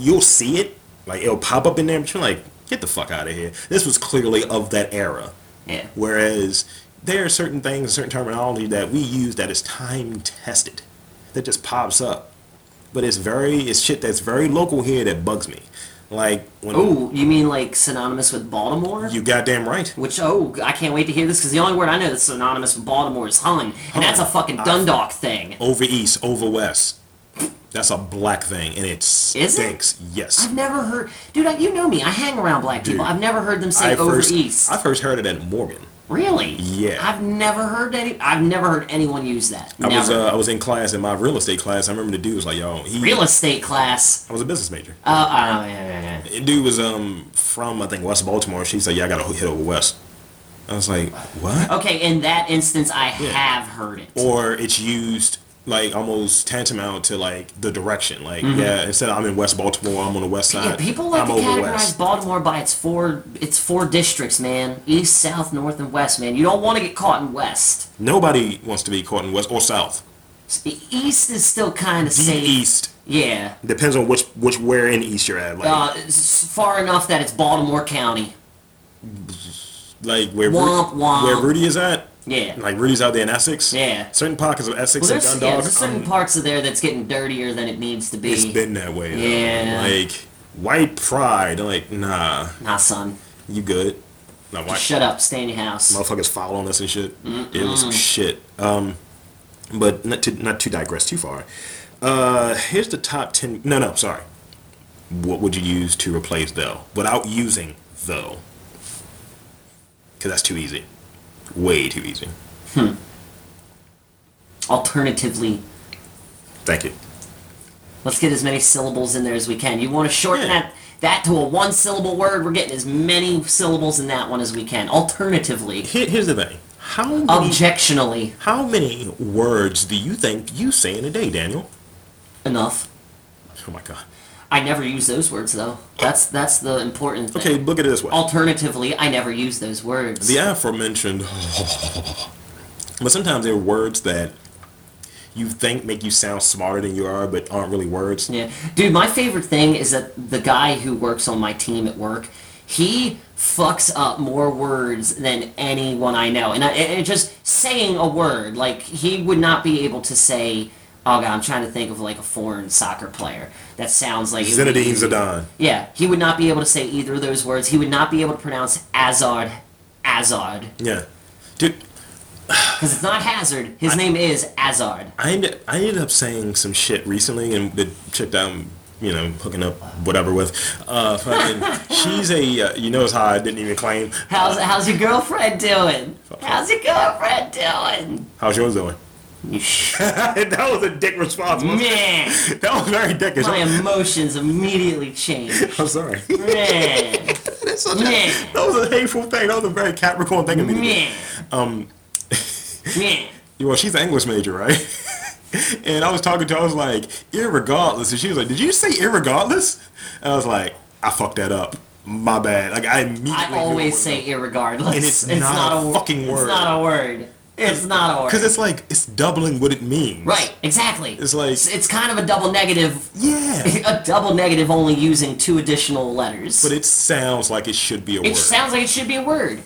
S1: you'll see it like it'll pop up in there, but you're like, get the fuck out of here. This was clearly of that era.
S2: Yeah.
S1: Whereas there are certain things, certain terminology that we use that is time tested, that just pops up. But it's very, it's shit that's very local here that bugs me. Like when
S2: Oh, you mean like synonymous with Baltimore?
S1: you goddamn right.
S2: Which oh, I can't wait to hear this because the only word I know that's synonymous with Baltimore is "hun," and that's a fucking Dundalk thing.
S1: Over east, over west. That's a black thing, and it
S2: it?
S1: stinks. Yes.
S2: I've never heard, dude. I, you know me. I hang around black people.
S1: Dude.
S2: I've never heard them say "over
S1: first,
S2: east."
S1: I first heard it at Morgan.
S2: really?
S1: Yeah.
S2: I've never heard any. I've never heard anyone use that.
S1: I
S2: never.
S1: was uh, I was in class in my real estate class. I remember the dude was like, "Yo, he."
S2: Real estate class.
S1: I was a business major.
S2: Oh, oh, yeah, yeah, yeah.
S1: The dude was um from I think West Baltimore. She said, "Yeah, I gotta hit over west." I was like, "What?"
S2: Okay, in that instance, I have heard it.
S1: or it's used like almost tantamount to like the direction. Like yeah, instead of I'm in West Baltimore, I'm on the west side.
S2: Mm-hmm. yeah, people like
S1: I'm
S2: to
S1: over
S2: categorize
S1: west.
S2: Baltimore by its four its four districts, man. East, South, North, and West, man. You don't want to get caught in West.
S1: Nobody wants to be caught in west or south.
S2: S- East is still kind of
S1: The
S2: safe.
S1: east
S2: Yeah.
S1: depends on which which where in east you're at. Like
S2: Uh, s- far enough that it's Baltimore County.
S1: like where Ru-
S2: womp, womp.
S1: where Rudy is at.
S2: Yeah.
S1: Like Rudy's out there in Essex.
S2: Yeah.
S1: Certain pockets of Essex
S2: well,
S1: and
S2: there's, yeah,
S1: Dundalk.
S2: there's certain
S1: um,
S2: parts of there that's getting dirtier than it needs to be.
S1: it's been that way. though.
S2: Yeah.
S1: Like white pride. Like nah,
S2: nah, son.
S1: you good. Now
S2: Just
S1: watch.
S2: shut up, stay in your house.
S1: motherfuckers following us and shit. It was some shit. Um, but not to not to digress too far. Uh, here's the top ten. No, no, sorry. What would you use to replace though, without using though? Because that's too easy. Way too easy.
S2: Alternatively,
S1: Thank you.
S2: let's get as many syllables in there as we can. You want to shorten
S1: Yeah.
S2: that that to a one syllable word. We're getting as many syllables in that one as we can. Alternatively,
S1: Here, here's the thing. How many,
S2: objectionally
S1: how many words do you think you say in a day, Daniel?
S2: enough.
S1: Oh my god.
S2: I never use those words though. That's that's the important thing.
S1: Okay, look at it this way.
S2: Alternatively, I never use those words.
S1: the aforementioned but sometimes they're words that you think make you sound smarter than you are but aren't really words
S2: Yeah, dude, my favorite thing is that the guy who works on my team at work, he fucks up more words than anyone I know, and I, and and just saying a word like he would not be able to say. Oh god, I'm trying to think of like a foreign soccer player that sounds like it would be
S1: Zinedine
S2: easy.
S1: Zidane
S2: Yeah, he would not be able to say either of those words. He would not be able to pronounce Azard, Azard,
S1: yeah dude
S2: because it's not Hazard. His name is Azard.
S1: I ended, I ended up saying some shit recently and the chick that I'm you know hooking up whatever with uh fucking she's a uh, you notice how I didn't even claim Uh,
S2: How's how's your girlfriend doing? How's your girlfriend doing?
S1: how's yours doing
S2: You sh-
S1: that was a dick response wasn't it?
S2: man.
S1: that was very dickish
S2: My emotions immediately change.
S1: I'm sorry
S2: Man,
S1: That's such a-
S2: Man.
S1: that was a hateful thing that was a very Capricorn thing of me to do.
S2: man,
S1: Um,
S2: man.
S1: Well, she's an English major, right? and I was talking to her, I was like, irregardless. And she was like, did you say irregardless? And I was like, I fucked that up. My bad. Like, I immediately.
S2: I always say irregardless.
S1: And it's not a
S2: wo-
S1: fucking word.
S2: It's not a word. It's not a word.
S1: Because it's like, it's doubling what it means.
S2: right, exactly.
S1: It's like-
S2: it's, it's kind of a double negative.
S1: Yeah.
S2: A double negative only using two additional letters.
S1: but it sounds like it should be a
S2: it
S1: word.
S2: sounds like it should be a word.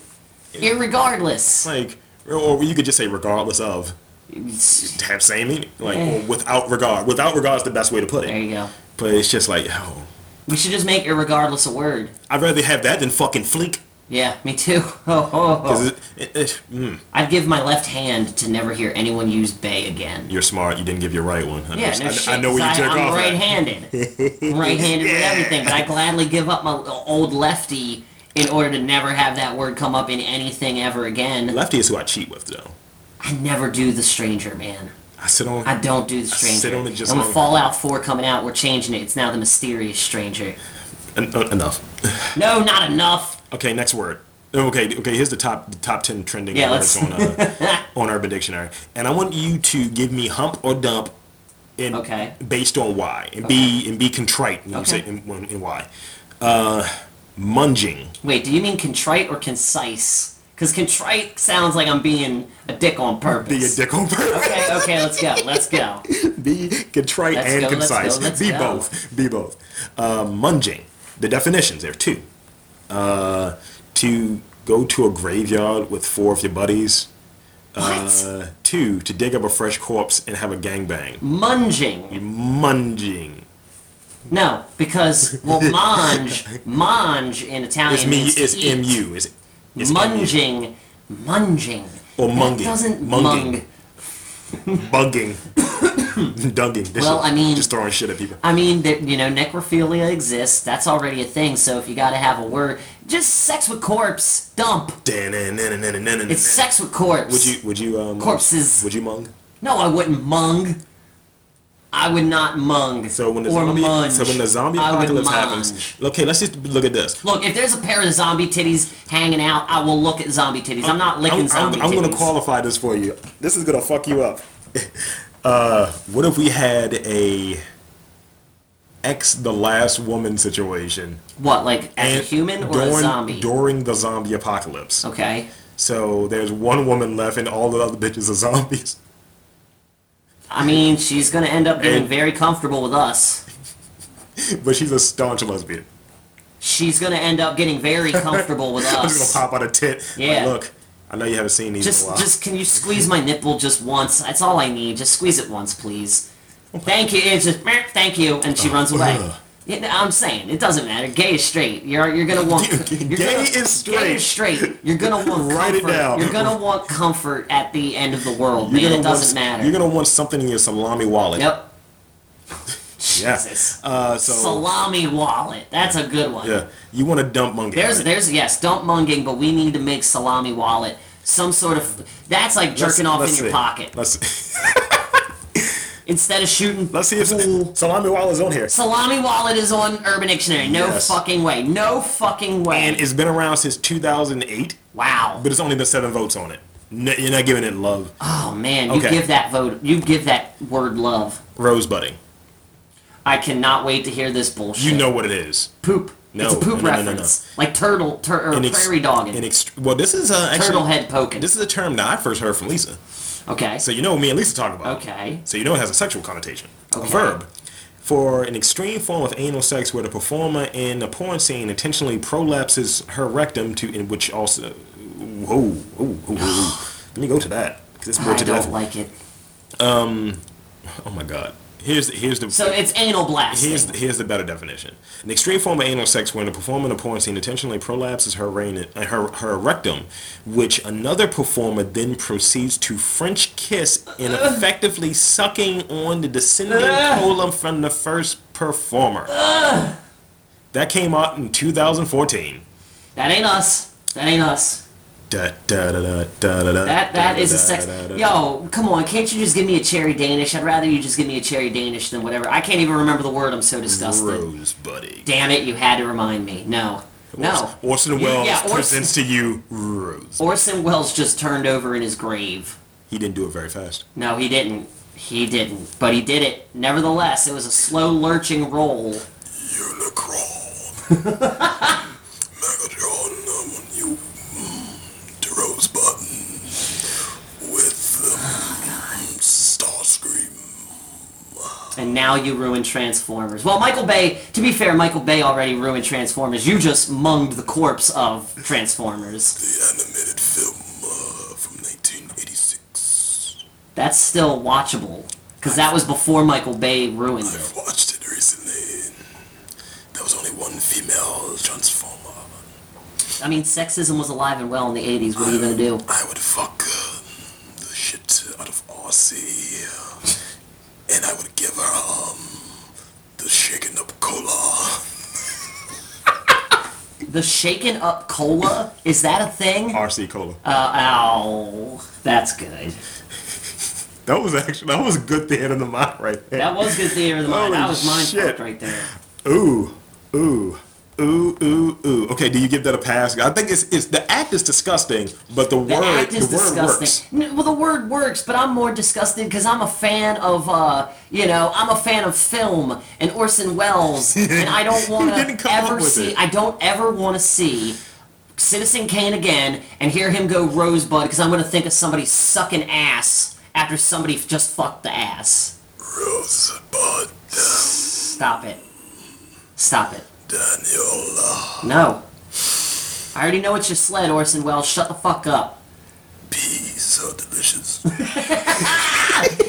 S2: Irregardless.
S1: like, or you could just say regardless of.
S2: It's-
S1: Have same meaning. Like,
S2: Eh.
S1: or without regard. Without regard is the best way to put
S2: There
S1: it.
S2: you go.
S1: But it's just like, oh,
S2: We should just make irregardless a word.
S1: I'd rather have that than fucking fleek.
S2: Yeah, me too. Oh, oh, oh.
S1: 'Cause It, it, it, mm,
S2: I'd give my left hand to never hear anyone use bay again.
S1: you're smart. You didn't give your right one. I
S2: Yeah,
S1: know-
S2: no
S1: I,
S2: shit.
S1: I know where
S2: 'cause
S1: you jerk
S2: I,
S1: off.
S2: I'm
S1: at.
S2: right-handed. I'm right-handed with everything, but I gladly give up my l- old lefty in order to never have that word come up in anything ever again.
S1: Lefty is who I cheat with, though.
S2: I never do the stranger, man.
S1: I sit on.
S2: I don't do the stranger.
S1: sit on it just
S2: and
S1: long-
S2: with Fallout 4 coming out, we're changing it. It's now the mysterious stranger.
S1: en- en- enough.
S2: No, not enough.
S1: Okay, next word. Oh, Okay, okay. Here's the top the top ten trending
S2: Yeah,
S1: words
S2: let's-
S1: on uh, on Urban Dictionary, and I want you to give me hump or dump, and
S2: Okay.
S1: based on why, and be and be contrite when
S2: Okay.
S1: you say and, when, and why. Uh, munging.
S2: Wait, do you mean contrite or concise? Because contrite sounds like I'm being a dick on purpose.
S1: Be a dick on purpose.
S2: Okay, okay, let's go. Let's go.
S1: Be contrite
S2: Let's
S1: and
S2: go, let's
S1: concise.
S2: go, let's
S1: be
S2: go.
S1: both. Be both. Uh, munging. The definitions there are two. Uh, to go to a graveyard with four of your buddies.
S2: What?
S1: Uh, two, to dig up a fresh corpse and have a gangbang.
S2: Munging.
S1: Munging.
S2: No, because well, mange, mange in Italian
S1: It's me.
S2: means to
S1: It's
S2: eat.
S1: mu. It's, it's MU.
S2: Munging, munging.
S1: Or munging.
S2: That doesn't
S1: Munging.
S2: mung.
S1: Bugging. Dunging. This
S2: Well,
S1: is
S2: I mean-
S1: just throwing shit at people.
S2: I mean that you know necrophilia exists. That's already a thing. So if you got to have a word, just sex with corpse. Dump. It's sex with corpse.
S1: Would you? Would you? Um,
S2: Corpses.
S1: Would you mung?
S2: No, I wouldn't mung. I would not mung.
S1: So when the
S2: or
S1: zombie,
S2: munge.
S1: so when the zombie
S2: I would
S1: apocalypse
S2: munge.
S1: happens, okay, let's just look at this.
S2: Look, if there's a pair of zombie titties hanging out, I will look at zombie titties. I'm not licking
S1: I'm,
S2: zombie
S1: I'm, I'm
S2: titties.
S1: gonna qualify this for you. This is gonna fuck you up. Uh, what if we had a ex the last woman situation
S2: What, like as a
S1: And
S2: human or
S1: during,
S2: a zombie? Oh.
S1: during the zombie apocalypse?
S2: okay.
S1: So there's one woman left, and all the other bitches are zombies.
S2: I mean, she's gonna end up getting
S1: And-
S2: very comfortable with us.
S1: But she's a staunch lesbian.
S2: She's gonna end up getting very comfortable with
S1: I'm just
S2: us.
S1: gonna pop out a tit. like,
S2: Yeah.
S1: look, I know you haven't seen these in a
S2: Just,
S1: while.
S2: just, can you squeeze my nipple just once? That's all I need. Just squeeze it once, please. Thank you. It's just, "Meh, thank you, and she runs away.
S1: Uh, Ugh.
S2: Yeah, I'm saying it doesn't matter. Gay is straight. You're you're gonna want
S1: Gay
S2: you're gonna-
S1: is
S2: Gay is straight. You're gonna want
S1: Write it
S2: comfort.
S1: down.
S2: You're gonna want comfort at the end of the world, man. It
S1: want,
S2: doesn't matter.
S1: You're gonna want something in your salami wallet.
S2: Yep.
S1: Yeah.
S2: Jesus.
S1: Uh, so
S2: Salami wallet. That's a good one.
S1: yeah, you want to dump monkey.
S2: There's there's yes, dump munging, but we need to make salami wallet some sort of. That's like jerking off in your pocket
S1: Let's
S2: instead of shooting.
S1: let's see if
S2: pool.
S1: salami wallet is on here.
S2: salami wallet is on Urban Dictionary. No
S1: Yes.
S2: fucking way. No fucking way.
S1: And it's been around since 2008,
S2: wow.
S1: but it's only been seven votes on it. No, you're not giving it love.
S2: Oh man, you
S1: Okay.
S2: give that vote. You give that word love.
S1: Rosebudding.
S2: I cannot wait to hear this bullshit.
S1: You know what it is.
S2: poop.
S1: No,
S2: it's a poop
S1: no, no, no, no.
S2: reference, like turtle, tur- or
S1: An ex-
S2: prairie dogging,
S1: an ext- well, this is uh, actually
S2: turtle head poking.
S1: This is a term that I first heard from Lisa.
S2: okay.
S1: So you know me and Lisa talk about. it.
S2: okay.
S1: So you know it has a sexual connotation.
S2: Okay.
S1: A verb. For an extreme form of anal sex where the performer in a porn scene intentionally prolapses her rectum to in which also whoa, whoa, whoa, whoa, whoa. Let me go to that. 'cause it's more
S2: I
S1: to the left.
S2: don't like it.
S1: oh my god. Here's the here's the
S2: So it's anal blasting.
S1: Here's the, here's the better definition. An extreme form of anal sex when a performer in a porn scene intentionally prolapses her, rein, uh, her, her rectum, which another performer then proceeds to French kiss in effectively sucking on the descending
S2: Ugh.
S1: colon from the first performer. That came out in 2014.
S2: that ain't us. That ain't us.
S1: Da, da, da, da, da, da, da,
S2: That that is a
S1: da,
S2: sex.
S1: da, da, da.
S2: Yo, come on! Can't you just give me a cherry Danish? I'd rather you just give me a cherry Danish than whatever. I can't even remember the word. I'm so disgusted.
S1: Rose, buddy.
S2: Damn it! You had to remind me. No, no.
S1: Orson
S2: You-
S1: Welles
S2: yeah, Orson-
S1: presents to you Rose.
S2: Orson Welles just turned over in his grave.
S1: He didn't do it very fast.
S2: No, he didn't. He didn't. But he did it. Nevertheless, it was a slow lurching roll.
S1: Unicron. Megatron, I want you mm, to Rose Button with um, Starscream.
S2: And now you ruin Transformers. Well, Michael Bay, to be fair, Michael Bay already ruined Transformers. You just munged the corpse of Transformers.
S1: The animated film uh, from 1986.
S2: That's still watchable. Because that was before Michael Bay ruined it.
S1: I've watched it recently. There was only one female Transformer.
S2: I mean, sexism was alive and well in the 80s. What are you going to do?
S1: I would fuck uh, the shit out of RC, uh, and I would give her um, the shaken up cola.
S2: The shaken up cola? Is that a thing? Uh,
S1: RC cola.
S2: ow. That's good.
S1: That was actually that was good theater of the mind right there.
S2: That was good theater of the mind. That
S1: Holy
S2: was mind
S1: shit.
S2: fucked right there.
S1: Ooh, ooh, ooh, ooh, ooh. Okay, do you give that a pass? I think it's it's the act is disgusting, but the,
S2: The
S1: word
S2: act is
S1: the word works.
S2: disgusting. N- Well, the word works, but I'm more disgusted because I'm a fan of, uh, you know, I'm a fan of film and Orson Welles, and I don't want
S1: didn't
S2: to
S1: come up
S2: ever
S1: with
S2: see.
S1: it.
S2: I don't ever want to see Citizen Kane again and hear him go Rosebud because I'm going to think of somebody sucking ass after somebody just fucked the ass.
S1: Rosebud
S2: Stop it. Stop it.
S1: Daniola
S2: No. I already know it's your sled, Orson Welles. Shut the fuck up.
S1: peas are delicious.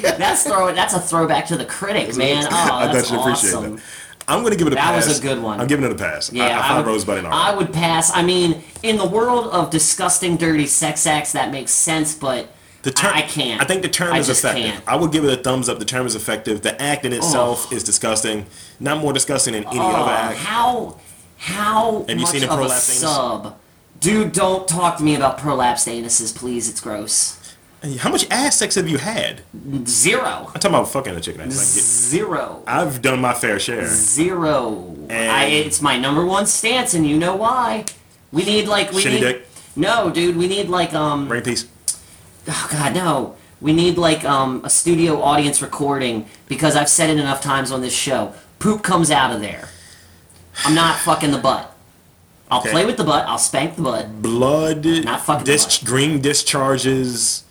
S2: That's throw. That's a throwback to the critic, man. Oh, that's
S1: I bet you appreciate
S2: awesome.
S1: that. I'm gonna give it a
S2: That
S1: pass.
S2: was a good one.
S1: I'm giving it a pass.
S2: Yeah,
S1: I, I find
S2: would,
S1: Rosebud in all
S2: I
S1: right.
S2: would pass. I mean, in the world of disgusting, dirty sex acts, that makes sense, but
S1: The term,
S2: I, I can't.
S1: I think the term
S2: I
S1: is
S2: just
S1: effective.
S2: Can't.
S1: I would give it a thumbs up. The term is effective. The act in itself is disgusting. Not more disgusting than any
S2: Oh,
S1: other act.
S2: how how
S1: Have you
S2: much
S1: seen a
S2: of a
S1: prolapse anus?
S2: sub? Dude, don't talk to me about prolapsed anuses, please. It's gross.
S1: How much ass sex have you had?
S2: Zero.
S1: I'm talking about fucking a chicken ass. Like,
S2: Zero.
S1: I've done my fair share.
S2: Zero.
S1: And-
S2: I, it's my number one stance, and you know why. We need like we
S1: Shitty
S2: need.
S1: dick.
S2: No, dude. We need like um.
S1: Brain piece.
S2: Oh God, no. We need like um, a studio audience recording because I've said it enough times on this show. Poop comes out of there. I'm not fucking the butt. I'll
S1: Okay.
S2: play with the butt. I'll spank the butt.
S1: Blood.
S2: Not fucking
S1: dis- Green discharges.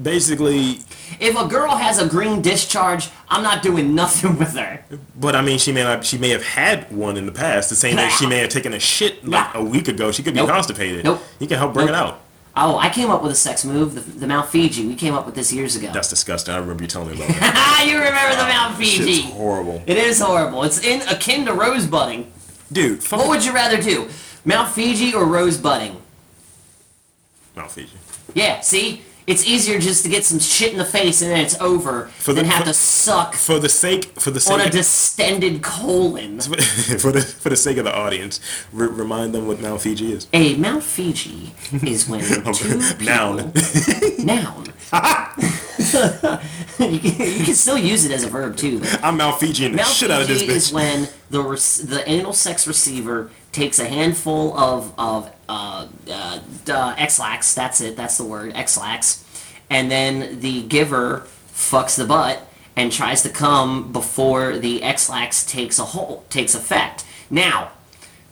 S1: Basically,
S2: If a girl has a green discharge, I'm not doing nothing with her.
S1: but I mean, she may not, she may have had one in the past. The same way she may have taken a shit like
S2: Nah.
S1: a week ago. She could be
S2: Nope.
S1: constipated.
S2: Nope.
S1: He can help bring it
S2: Nope.
S1: out.
S2: Oh, I came up with a sex move, the, the Mount Fiji. We came up with this years ago.
S1: That's disgusting. I remember you telling me about that.
S2: Ah, you remember the Mount
S1: Shit's
S2: Fiji?
S1: horrible.
S2: It is horrible. It's in akin to rosebudding.
S1: Dude, fuck
S2: What would you rather do, Mount Fiji or rosebudding?
S1: Mount Fiji.
S2: Yeah, see, it's easier just to get some shit in the face and then it's over
S1: For the-
S2: than have
S1: for-
S2: to suck
S1: For the sake, for the
S2: on a
S1: sake,
S2: distended colon.
S1: for the for the sake of the audience, re- remind them what Mount Fiji is.
S2: A Mount Fiji is when two people...
S1: Noun.
S2: Noun. you, can, you can still use it as a verb, too. but
S1: I'm Mount Fijiing the
S2: Mount
S1: shit out of this
S2: Fiji is
S1: bitch.
S2: when the rec- the anal sex receiver takes a handful of of uh, uh, uh, X-lax. That's it. That's the word X-lax, and then the giver fucks the butt and tries to come before the X-lax takes a whole takes effect. Now,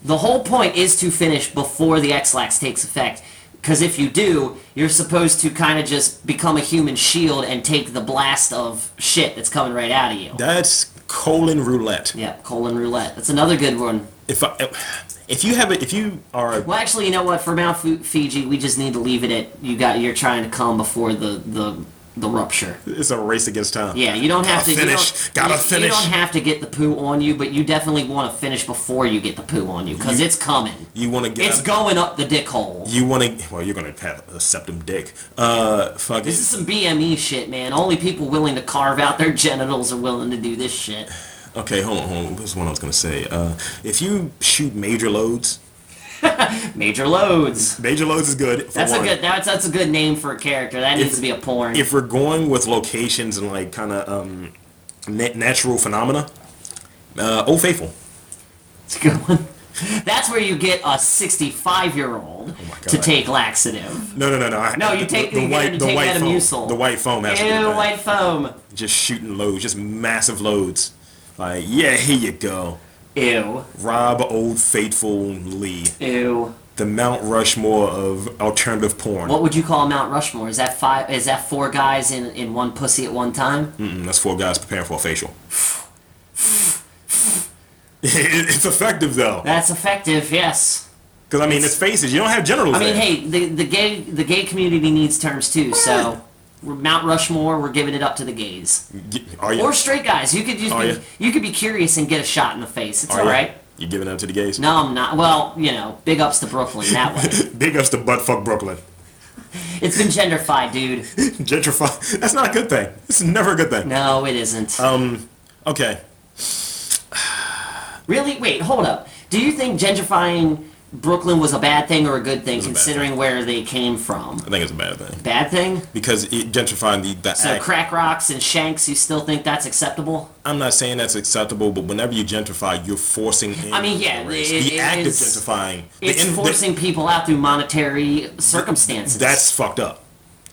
S2: the whole point is to finish before the X-lax takes effect. Because if you do, you're supposed to kind of just become a human shield and take the blast of shit that's coming right out of you.
S1: That's colon roulette.
S2: Yeah, colon roulette. That's another good one.
S1: If I, if you have a, if you are
S2: Well, actually, you know what? For Mount Fu- Fiji, we just need to leave it at you got. You're trying to come before the the the rupture.
S1: It's a race against time.
S2: Yeah, you don't have
S1: Gotta
S2: to you
S1: finish.
S2: don't-
S1: Gotta
S2: you- You
S1: finish.
S2: don't have to get the poo on you, but you definitely want to finish before you get the poo on you because it's coming.
S1: You want to get.
S2: It's
S1: up-
S2: going up the dick hole.
S1: You want to. Well, you're gonna have a septum dick. Uh, fuck
S2: This is some BME shit, man. Only people willing to carve out their genitals are willing to do this shit.
S1: Okay, hold on, hold on. This is what I was gonna say. Uh, if you shoot major loads,
S2: Major loads.
S1: major loads is good. For
S2: That's a
S1: one.
S2: good. That's that's a good name for a character. That needs to be a porn.
S1: If we're going with locations and like kind of um, na- natural phenomena, uh, Old Faithful.
S2: It's a good one. That's where you get a 65 year old
S1: Oh my God.
S2: to take laxative.
S1: No, no, no, no. I-
S2: No, you take- you get her to take Metamucil.
S1: foam. The white foam has to be
S2: Ew,
S1: bad.
S2: white foam.
S1: Just shooting loads, just massive loads. Like, yeah, here you go.
S2: Ew.
S1: Rob Old Faithful Lee,
S2: Ew.
S1: the Mount Rushmore of alternative porn.
S2: What would you call Mount Rushmore? Is that five? Is that four guys in, in one pussy at one time?
S1: Mm, that's four guys preparing for a facial. It- it's effective though,
S2: That's effective. Yes.
S1: because I mean, it's faces. You don't have genitals.
S2: I mean,
S1: there.
S2: hey, the, the gay the gay community needs terms too. So, we're- Mount Rushmore, we're giving it up to the gays
S1: Y- are you?
S2: or straight guys. You could just
S1: Are
S2: be,
S1: ya?
S2: you could be curious and get a shot in the face. It's
S1: are
S2: all
S1: you-
S2: right.
S1: You giving up to the gays?
S2: No, I'm not. Well, you know, big ups to Brooklyn that way.
S1: Big ups to butt fuck Brooklyn.
S2: It's been genderfied, dude.
S1: Gentrify. That's not a good thing. This is never a good thing.
S2: No, it isn't.
S1: Um, Okay.
S2: really? Wait, hold up. Do you think gentrifying Brooklyn was a bad thing or a good thing,
S1: a bad
S2: considering where they came from?
S1: I think it's a bad thing
S2: Bad thing?
S1: because it, gentrifying the, the
S2: So
S1: act.
S2: crack rocks and shanks, you still think that's acceptable?
S1: I'm not saying that's acceptable, but whenever you gentrify, you're forcing. In
S2: I mean, yeah,
S1: the, race.
S2: it-
S1: the
S2: it
S1: act
S2: is-
S1: of gentrifying. the
S2: It's
S1: in- the-
S2: forcing people out through monetary circumstances.
S1: that's fucked up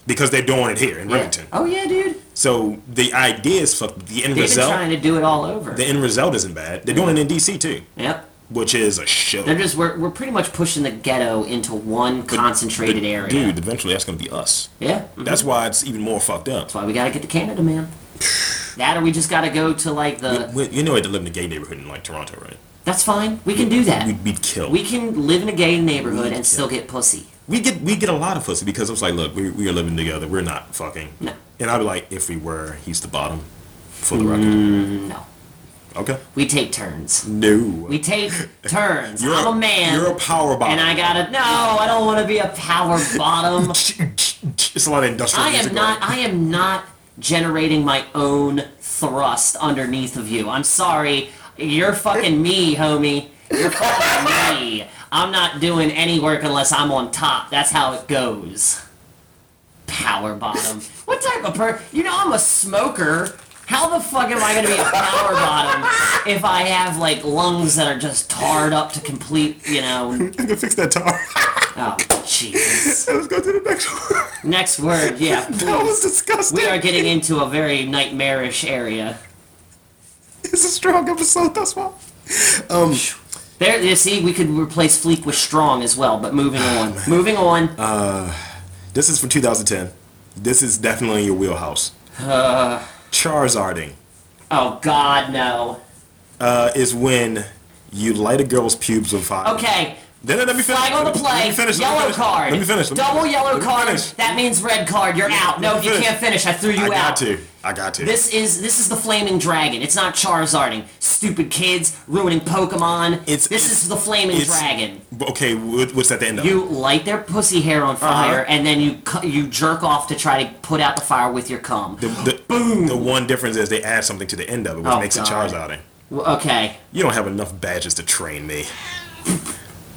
S1: because they're doing it here in
S2: Yeah.
S1: Remington.
S2: Oh yeah, dude.
S1: So the idea is fucked. The end
S2: They've been
S1: result.
S2: trying to do it all over.
S1: The end result isn't bad. They're doing it in DC too,
S2: yep.
S1: which is a show.
S2: They're just we're, we're pretty much pushing the ghetto into one concentrated area.
S1: Dude, eventually that's gonna be us.
S2: Yeah.
S1: That's why it's even more fucked up.
S2: That's why we gotta get to Canada, man. That or we just gotta go to like the
S1: We- You know, I live in a gay neighborhood in like Toronto, right?
S2: That's fine. We can do that.
S1: We'd be killed.
S2: We can live in a gay neighborhood and still get pussy.
S1: we get we get a lot of pussy because I was like, look, we, we are living together. We're not fucking.
S2: No.
S1: And I'd be like, if we were, he's the bottom, for the record.
S2: No.
S1: Okay.
S2: We take turns.
S1: No.
S2: We take turns.
S1: You're
S2: I'm a man.
S1: You're a power bottom.
S2: and I gotta no, I don't wanna be a power bottom.
S1: It's a lot of industrial.
S2: I am
S1: music
S2: not
S1: going.
S2: I am not generating my own thrust underneath of you. I'm sorry. You're fucking me, homie. You're fucking me. I'm not doing any work unless I'm on top. That's how it goes. Power bottom. What type of per you know I'm a smoker. How the fuck am I gonna be a power bottom if I have like lungs that are just tarred up to complete, you know?
S1: I can fix that tower.
S2: Oh, Jesus.
S1: Let's go to the next one.
S2: Next word, yeah.
S1: That was
S2: Please.
S1: disgusting.
S2: We are getting into a very nightmarish area.
S1: It's a strong episode. That's why. Um.
S2: There, you see, we could replace Fleek with Strong as well, but moving
S1: Ah,
S2: on. Moving on.
S1: This is from 2010. This is definitely your wheelhouse.
S2: Uh.
S1: Charizarding
S2: oh, God, no.
S1: uh, is when you light a girl's pubes on fire.
S2: Okay,
S1: No, no, let me finish.
S2: Flag on the
S1: Let
S2: play.
S1: me finish.
S2: yellow
S1: let me finish.
S2: card.
S1: Let me finish. Let me-
S2: Double yellow
S1: let me
S2: card.
S1: finish.
S2: That means red card. You're out. No,
S1: me
S2: you
S1: finish.
S2: can't finish. I threw you
S1: I
S2: out.
S1: got to. I got to.
S2: This is this is the flaming dragon. It's not Charizarding. Stupid kids ruining Pokemon.
S1: It's-
S2: this
S1: it's-
S2: is the flaming
S1: it's-
S2: dragon.
S1: Okay, what- what's at the end of? it?
S2: You light their pussy hair on fire,
S1: Uh-huh.
S2: and then you cu- you jerk off to try to put out the fire with your cum.
S1: The, the, Boom. The one difference is they add something to the end of it, which
S2: Oh,
S1: makes it
S2: God.
S1: Charizarding.
S2: Well, okay,
S1: You don't have enough badges to train me.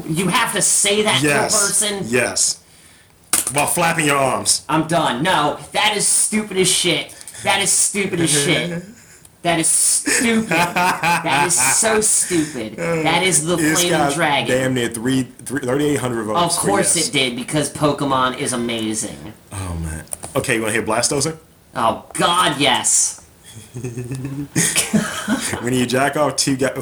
S2: you have to say that
S1: Yes.
S2: to a person.
S1: Yes. While flapping your arms.
S2: I'm done. No, that is stupid as shit. That is stupid as shit. That is stupid. that is so stupid. That is the
S1: It's
S2: flaming
S1: got
S2: dragon.
S1: Damn near three, three 3,800 votes.
S2: Of
S1: for
S2: course
S1: yes.
S2: it did because Pokemon is amazing.
S1: Oh man. Okay, you want to hear Blastozer?
S2: Oh God, yes.
S1: when you jack off two guys.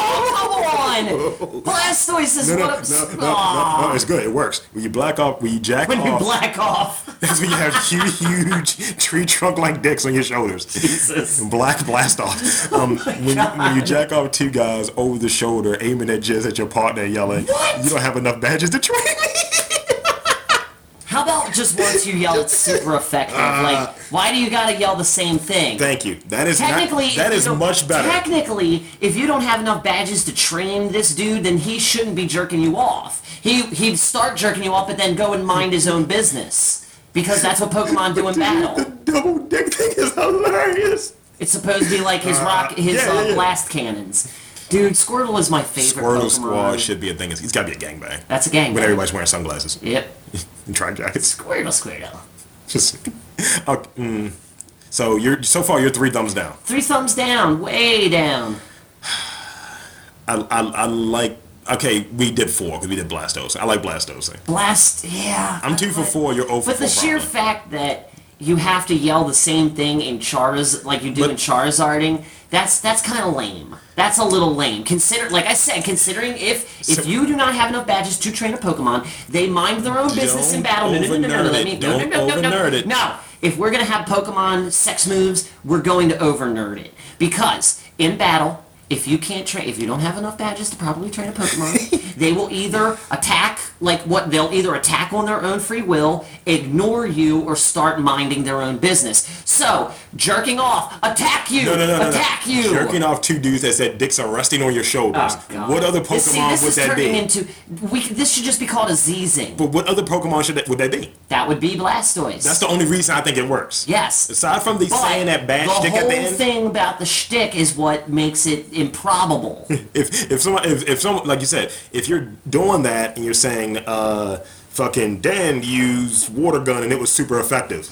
S2: Oh come on! Blastoise is
S1: No, no,
S2: what.
S1: no,
S2: I'm-
S1: no, no,
S2: Aw.
S1: no, it's good. It works. When you black off, when you jack
S2: When
S1: off,
S2: you black off,
S1: that's when you have huge, huge tree trunk like dicks on your shoulders.
S2: Jesus.
S1: Black blast off.
S2: Oh
S1: Um, when, you, when you jack off two guys over the shoulder, aiming at jizz at your partner, and yelling,
S2: What?
S1: "You don't have enough badges to train me."
S2: How about just once you yell, it's super effective.
S1: Uh,
S2: like, why do you gotta yell the same thing?
S1: Thank you. That is not-
S2: Technically, if
S1: that
S2: you
S1: is
S2: don't-
S1: much better.
S2: Technically, if you don't have enough badges to train this dude, then he shouldn't be jerking you off. He he'd start jerking you off, but then go and mind his own business because that's what Pokemon do in battle.
S1: Double dick thing is hilarious.
S2: It's supposed to be like his rock, his
S1: yeah, yeah,
S2: uh,
S1: yeah.
S2: blast cannons. Dude, Squirtle is my favorite
S1: Squirtle
S2: Pokemon.
S1: Squad should be a thing. It's got to be a gangbang.
S2: That's a gang.
S1: When everybody's wearing sunglasses
S2: Yep.
S1: and tri jackets.
S2: Squirtle, Squirtle.
S1: Just, okay, mm. so you're so far you're three thumbs down.
S2: Three thumbs down, way down.
S1: I I, I like okay we did four because we did Blastos. I like Blastos.
S2: Blast, yeah.
S1: I'm two for
S2: but-
S1: four. You're over.
S2: But the sheer fact that you have to yell the same thing in Charizard, like you do
S1: But-
S2: in Charizarding, that's that's kind of lame. That's a little lame. Consider, like I said, considering if
S1: So-
S2: if you do not have enough badges to train a Pokemon, they mind their own business in
S1: Don't
S2: battle. No, no, no, no, no, no,
S1: overnerd
S2: let
S1: it.
S2: me, no, no,
S1: Don't
S2: no, no, no,
S1: overnerd
S2: no,
S1: it.
S2: no. If we're gonna have Pokemon sex moves, we're going to overnerd it because in battle. If you can't train, if you don't have enough badges to properly train a Pokemon, they will either attack, like what they'll either attack on their own free will, ignore you, or start minding their own business. So jerking off, attack you,
S1: No, no, no, no,
S2: attack
S1: no.
S2: you.
S1: Jerking off two dudes that said dicks are resting on your shoulders.
S2: Oh, God.
S1: what other Pokemon
S2: This- see, this
S1: would
S2: is
S1: that be?
S2: turning Into, we, could- this should just be called a Zing.
S1: but what other Pokemon should that, would that be?
S2: That would be Blastoise.
S1: That's the only reason I think it works.
S2: yes.
S1: Aside from the
S2: But
S1: saying that bad
S2: the
S1: dick
S2: whole
S1: at the end,
S2: thing about the shtick is what makes it improbable.
S1: if if someone if, if someone like you said, if you're doing that and you're saying, uh, fucking Dan used water gun and it was super effective,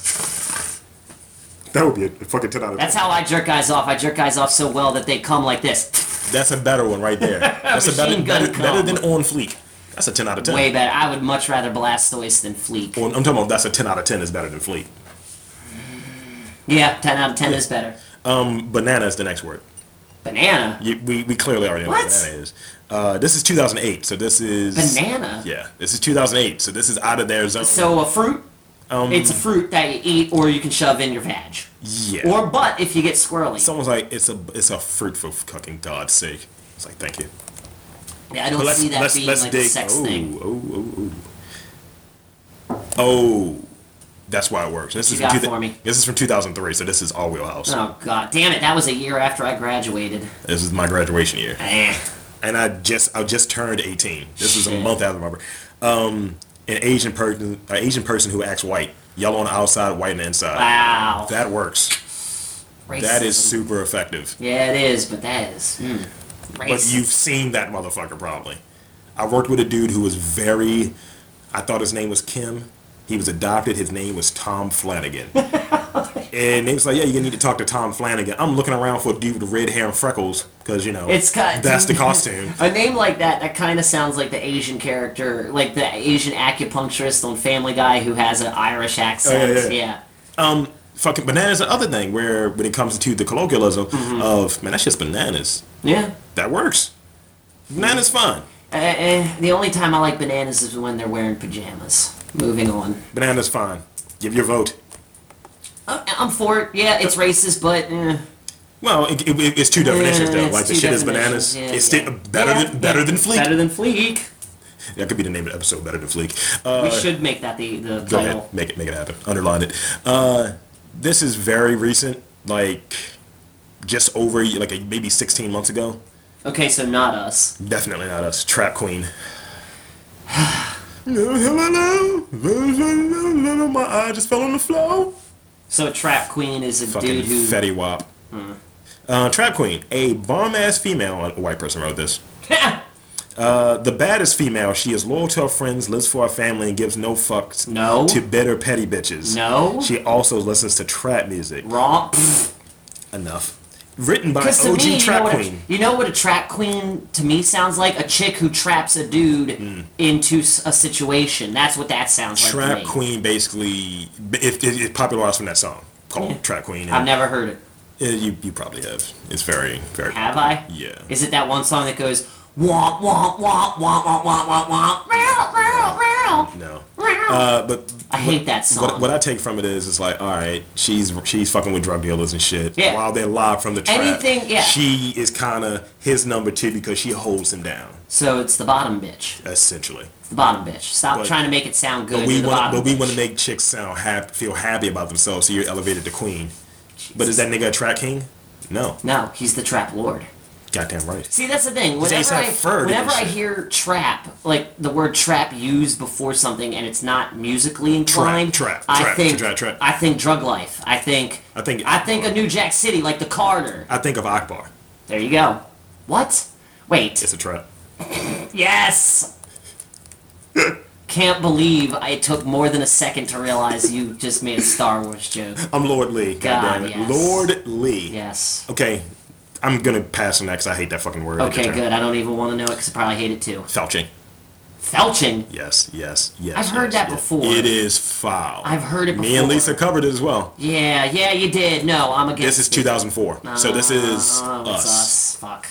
S1: that would be a fucking ten out of
S2: That's
S1: 10.
S2: how I jerk guys off. I jerk guys off so well that they come like this.
S1: That's a better one right there. That's a better
S2: Machine gun
S1: better, better
S2: cum.
S1: than on fleek. That's a ten out of ten.
S2: Way better. I would much rather Blastoise than Fleek.
S1: Well, I'm talking about that's a ten out of ten is better than fleek.
S2: Yeah, 10 out of 10 is better.
S1: Um, banana is the next word.
S2: Banana?
S1: You, we, we clearly already know what,
S2: What?
S1: banana is. Uh, this is 2008, so this is
S2: Banana?
S1: Yeah, this is 2008, so this is out of their zone.
S2: So a fruit? it's a fruit that you eat or you can shove in your vag.
S1: Um, yeah.
S2: Or butt if you get squirrely.
S1: Someone's like, it's a it's a fruit for fucking God's sake. It's like, thank you.
S2: yeah, I don't
S1: But let's
S2: see that
S1: let's
S2: being
S1: let's
S2: like
S1: dig.
S2: a sex
S1: oh,
S2: thing.
S1: oh oh oh oh. That's why it works. This is
S2: you
S1: from
S2: got for me?
S1: This is from 2003, so this is all wheelhouse.
S2: Oh, God. Damn it. That was a year after I graduated.
S1: This is my graduation year,
S2: Eh.
S1: and I just I just turned 18. This is a
S2: Shit.
S1: month after my birth. Um, an Asian person, an Asian person who acts white, yellow on the outside, white on the inside.
S2: Wow.
S1: That works. That is
S2: Racism.
S1: super effective.
S2: Yeah, it is, but that is. Mm,
S1: But
S2: racist.
S1: you've seen that motherfucker probably. I worked with a dude who was very, I thought his name was Kim. He was adopted. His name was Tom Flanagan. and they was like, yeah, you need to talk to Tom Flanagan. I'm looking around for a dude with red hair and freckles because, you know,
S2: It's got-
S1: that's the costume.
S2: A name like that, that kind of sounds like the Asian character, like the Asian acupuncturist on Family Guy who has an Irish accent.
S1: Oh, yeah, yeah.
S2: yeah.
S1: Fucking bananas the other thing where when it comes to the colloquialism of, man, that's just bananas.
S2: Yeah.
S1: That works. Bananas fun.
S2: Uh, uh, the only time I like bananas is when they're wearing pajamas. Moving on.
S1: Bananas fine. Give your vote.
S2: Uh, I'm for it. Yeah, it's racist, but eh.
S1: Well, it, it, it's two definitions though.
S2: it's
S1: like the
S2: two
S1: shit is
S2: definitions.
S1: bananas.
S2: Yeah,
S1: it's
S2: yeah.
S1: still better
S2: Yeah,
S1: than better
S2: yeah.
S1: than fleek.
S2: Better than Fleek.
S1: That could be the name of the episode. Better than fleek. Uh,
S2: we should make that the the
S1: go
S2: title.
S1: ahead, make it make it happen. Underline it. Uh, this is very recent, like just over like a, maybe 16 months ago.
S2: Okay, so not us.
S1: Definitely not us. Trap Queen. My eye just fell on the floor.
S2: So Trap Queen is a
S1: Fucking
S2: dude who. Hmm.
S1: Fetty Wap. Uh, Trap Queen, a bomb ass female. A white person wrote this. Uh, the baddest female. She is loyal to her friends, lives for her family, and gives no fucks
S2: No.
S1: to bitter petty bitches.
S2: No.
S1: She also listens to trap music.
S2: Wrong.
S1: Enough. Written by
S2: Because to
S1: OG
S2: me, you know,
S1: Trap
S2: what a,
S1: Queen.
S2: you know what a trap queen to me sounds like? A chick who traps a dude into s- a situation. That's what that sounds like. to
S1: Mm. Trap
S2: me.
S1: Queen basically it, it, it popularized from that song called
S2: Yeah.
S1: Trap Queen.
S2: I've
S1: and
S2: never heard it.
S1: it- you you probably have. It's very very.
S2: Have I?
S1: Yeah.
S2: Is it that one song that goes womp womp womp womp womp womp womp womp meow meow meow?
S1: No.
S2: meow."
S1: Uh, but
S2: I hate that
S1: What,
S2: song.
S1: what I take from it is, it's like, all right, she's she's fucking with drug dealers and shit.
S2: Yeah.
S1: While they're live from the trap,
S2: Anything- yeah.
S1: She is kind of his number two because she holds him down
S2: so it's the bottom bitch.
S1: essentially.
S2: It's the bottom bitch. Stop
S1: But-
S2: trying to make it sound good.
S1: But we
S2: You're the
S1: want,
S2: bottom
S1: but we
S2: bitch.
S1: want to make chicks sound happy, feel happy about themselves. So you're elevated to queen. But is
S2: Jesus.
S1: that nigga a trap king? No.
S2: no? He's the trap lord.
S1: Goddamn right.
S2: See, that's the thing.
S1: His name's
S2: Whenever I,
S1: not Ferg, is
S2: whenever
S1: it?
S2: I hear trap, like the word trap used before something, and it's not musically inclined,
S1: trap,
S2: I
S1: trap,
S2: think
S1: trap, trap.
S2: I think drug life. I think
S1: I think-
S2: I think a New Jack City like the Carter.
S1: I think of Akbar.
S2: There you go. What? Wait.
S1: It's a trap.
S2: Yes! Can't believe I took more than a second to realize you just made a Star Wars joke.
S1: I'm Lord Lee.
S2: God,
S1: God, damn it.
S2: yes.
S1: Lord Lee.
S2: Yes.
S1: Okay, I'm gonna pass on that because I hate that fucking word.
S2: Okay, good. I don't even want to know it because I probably hate it too.
S1: Felching.
S2: Felching?
S1: Yes, yes, yes.
S2: I've heard
S1: yes,
S2: that
S1: yes.
S2: before.
S1: It is foul.
S2: I've heard it
S1: Me and
S2: before.
S1: Lisa covered it as well.
S2: Yeah, yeah, you did. No, I'm against
S1: This is
S2: it.
S1: 2004. so this is
S2: Oh, it's
S1: Ah, us.
S2: us. Fuck.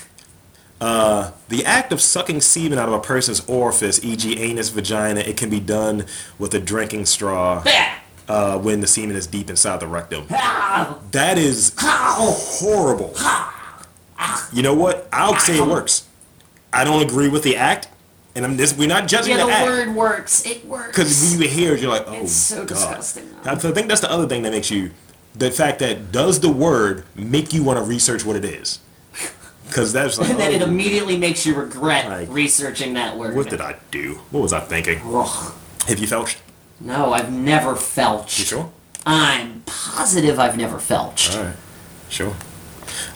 S1: The act of sucking semen out of a person's orifice, e.g., anus, vagina, it can be done with a drinking straw
S2: Bah!
S1: uh, when the semen is deep inside the rectum.
S2: Ow!
S1: That is horrible. You know what? I'll say it works. I don't agree with the act, and I'm this. We're not judging
S2: Yeah, the
S1: the act.
S2: word works. It works.
S1: Because when you hear it, you're like, oh,
S2: It's so
S1: God.
S2: disgusting.
S1: I I think that's the other thing that makes you, the fact that does the word make you want to research what it is? Because that's like,
S2: and then it
S1: oh,
S2: immediately makes you regret
S1: Like,
S2: researching that word.
S1: what did I do? What was I thinking?
S2: Ugh.
S1: Have you felt?
S2: No, I've never felched.
S1: You sure?
S2: I'm positive I've never felched.
S1: All Uh, right. Sure.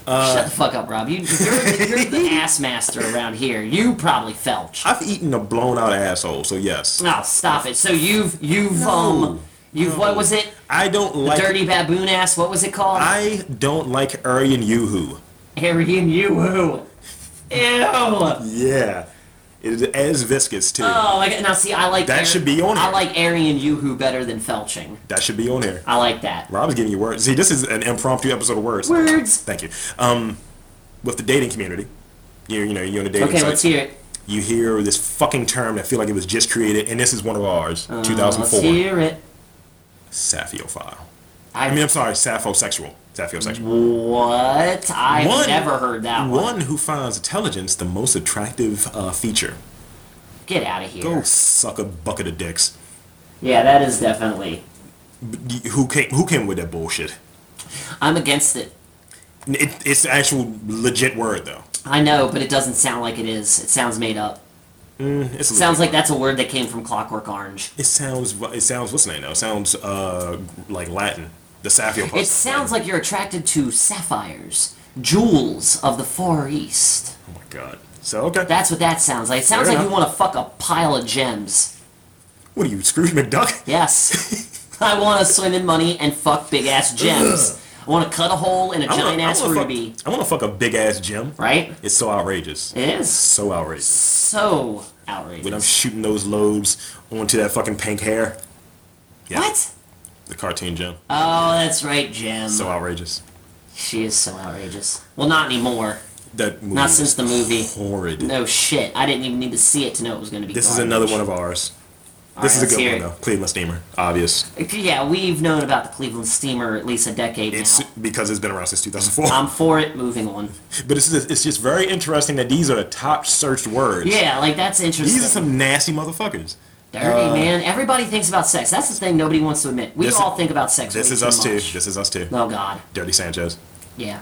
S2: Shut the fuck up, Rob. You, you're, you're the ass master around here. You probably felched.
S1: I've eaten a blown out asshole, so yes.
S2: No, stop it. So you've you've
S1: No,
S2: um you've what was it?
S1: I don't like.
S2: Dirty baboon ass. What was it called?
S1: I don't like Aryan Yoo-hoo.
S2: Aryan Yoo-hoo. Ew. Oh,
S1: Yeah. It is as viscous, too.
S2: my God. now see, I like
S1: That should be on
S2: I
S1: here.
S2: like Aryan Yoo-hoo better than felching.
S1: that should be on here.
S2: I like that.
S1: Rob's giving you words. See, this is an impromptu episode of words.
S2: Words.
S1: Thank you. Um, with the dating community, you you know you're on the dating
S2: Okay,
S1: site.
S2: let's hear it. Uh,
S1: You hear this fucking term that feel like it was just created, and this is one of ours,
S2: Uh, Let's
S1: 2004.
S2: hear it.
S1: Sapphophile.
S2: I
S1: I mean, I'm sorry, sapphosexual. Sapphosexual.
S2: what? I've never heard that one.
S1: One who finds intelligence the most attractive uh, feature.
S2: Get out of here.
S1: Go suck a bucket of dicks.
S2: Yeah, that is definitely.
S1: Y- Who came? Who came with that bullshit?
S2: I'm against it.
S1: It, it's the actual legit word though.
S2: I know, but it doesn't sound like it is. It sounds made up.
S1: It's a
S2: It sounds
S1: legit
S2: like that's a word that came from Clockwork Orange.
S1: It sounds. It sounds. What's the name now? It sounds uh like Latin. The sapphire.
S2: It sounds like you're attracted to sapphires, jewels of the Far East.
S1: Oh my god. So okay.
S2: That's what that sounds like. It sounds
S1: Fair
S2: like you
S1: enough.
S2: want to fuck a pile of gems.
S1: what are you, Scrooge McDuck?
S2: Yes. I want to swim in money and fuck big ass gems. I want to cut a hole in a
S1: I wanna-
S2: giant ass
S1: I wanna
S2: ruby.
S1: Fuck, I want to fuck a big ass gem.
S2: Right?
S1: It's so outrageous.
S2: It is
S1: So outrageous.
S2: so outrageous.
S1: When I'm shooting those lobes onto that fucking pink hair, yeah.
S2: What?
S1: the cartoon gem.
S2: Oh, that's right, Gem.
S1: so outrageous.
S2: She is so outrageous. Well, not anymore.
S1: That movie.
S2: Not
S1: was
S2: since the movie.
S1: Horrid.
S2: No shit. I didn't even need to see it to know it was going to be.
S1: This is
S2: garbage.
S1: another one of ours. This
S2: right,
S1: is a
S2: let's
S1: good
S2: hear
S1: one,
S2: it.
S1: though. Cleveland Steamer, obvious.
S2: Yeah, we've known about the Cleveland Steamer at least a decade
S1: It's
S2: now.
S1: because it's been around since 2004.
S2: I'm for it. Moving on.
S1: but it's just, it's just very interesting that these are the top searched words.
S2: Yeah, like that's interesting.
S1: These are some nasty motherfuckers.
S2: dirty man. Everybody thinks about sex. That's the thing nobody wants to admit. We
S1: Uh, This-
S2: all think about sex.
S1: This
S2: way
S1: is
S2: too
S1: us too.
S2: much.
S1: This is us too.
S2: Oh God.
S1: Dirty Sanchez.
S2: Yeah.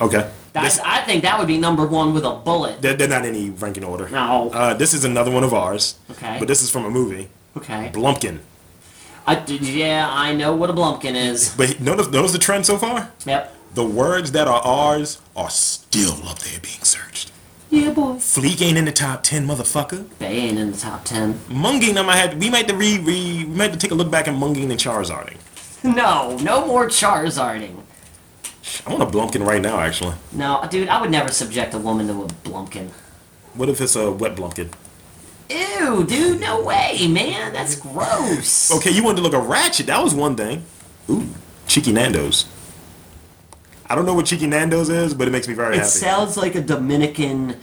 S1: Okay.
S2: That's,
S1: This-
S2: I think that would be number one with a bullet.
S1: they're, they're not in any ranking order.
S2: No.
S1: Uh, this is another one of ours.
S2: Okay.
S1: But this is from a movie.
S2: Okay.
S1: Blumpkin.
S2: I, d- yeah, I know what a blumpkin is.
S1: But he- notice, notice the trend so far?
S2: Yep.
S1: The words that are ours are still up there being searched.
S2: Yeah, boys.
S1: Fleek ain't in the top 10, motherfucker.
S2: They ain't in the top ten.
S1: Munging, I might have, we might have to re, re, we might have to take a look back at Munging and Charizarding.
S2: No, no more Charizarding.
S1: I want a Blumpkin right now, actually.
S2: No, dude, I would never subject a woman to a blumpkin.
S1: What if it's a wet Blumpkin?
S2: Ew, dude, no way, man. That's gross.
S1: Okay, you wanted to look at Ratchet. That was one thing. Ooh, Cheeky Nando's. I don't know what Cheeky Nando's is, but it makes me very
S2: It
S1: happy.
S2: sounds like a Dominican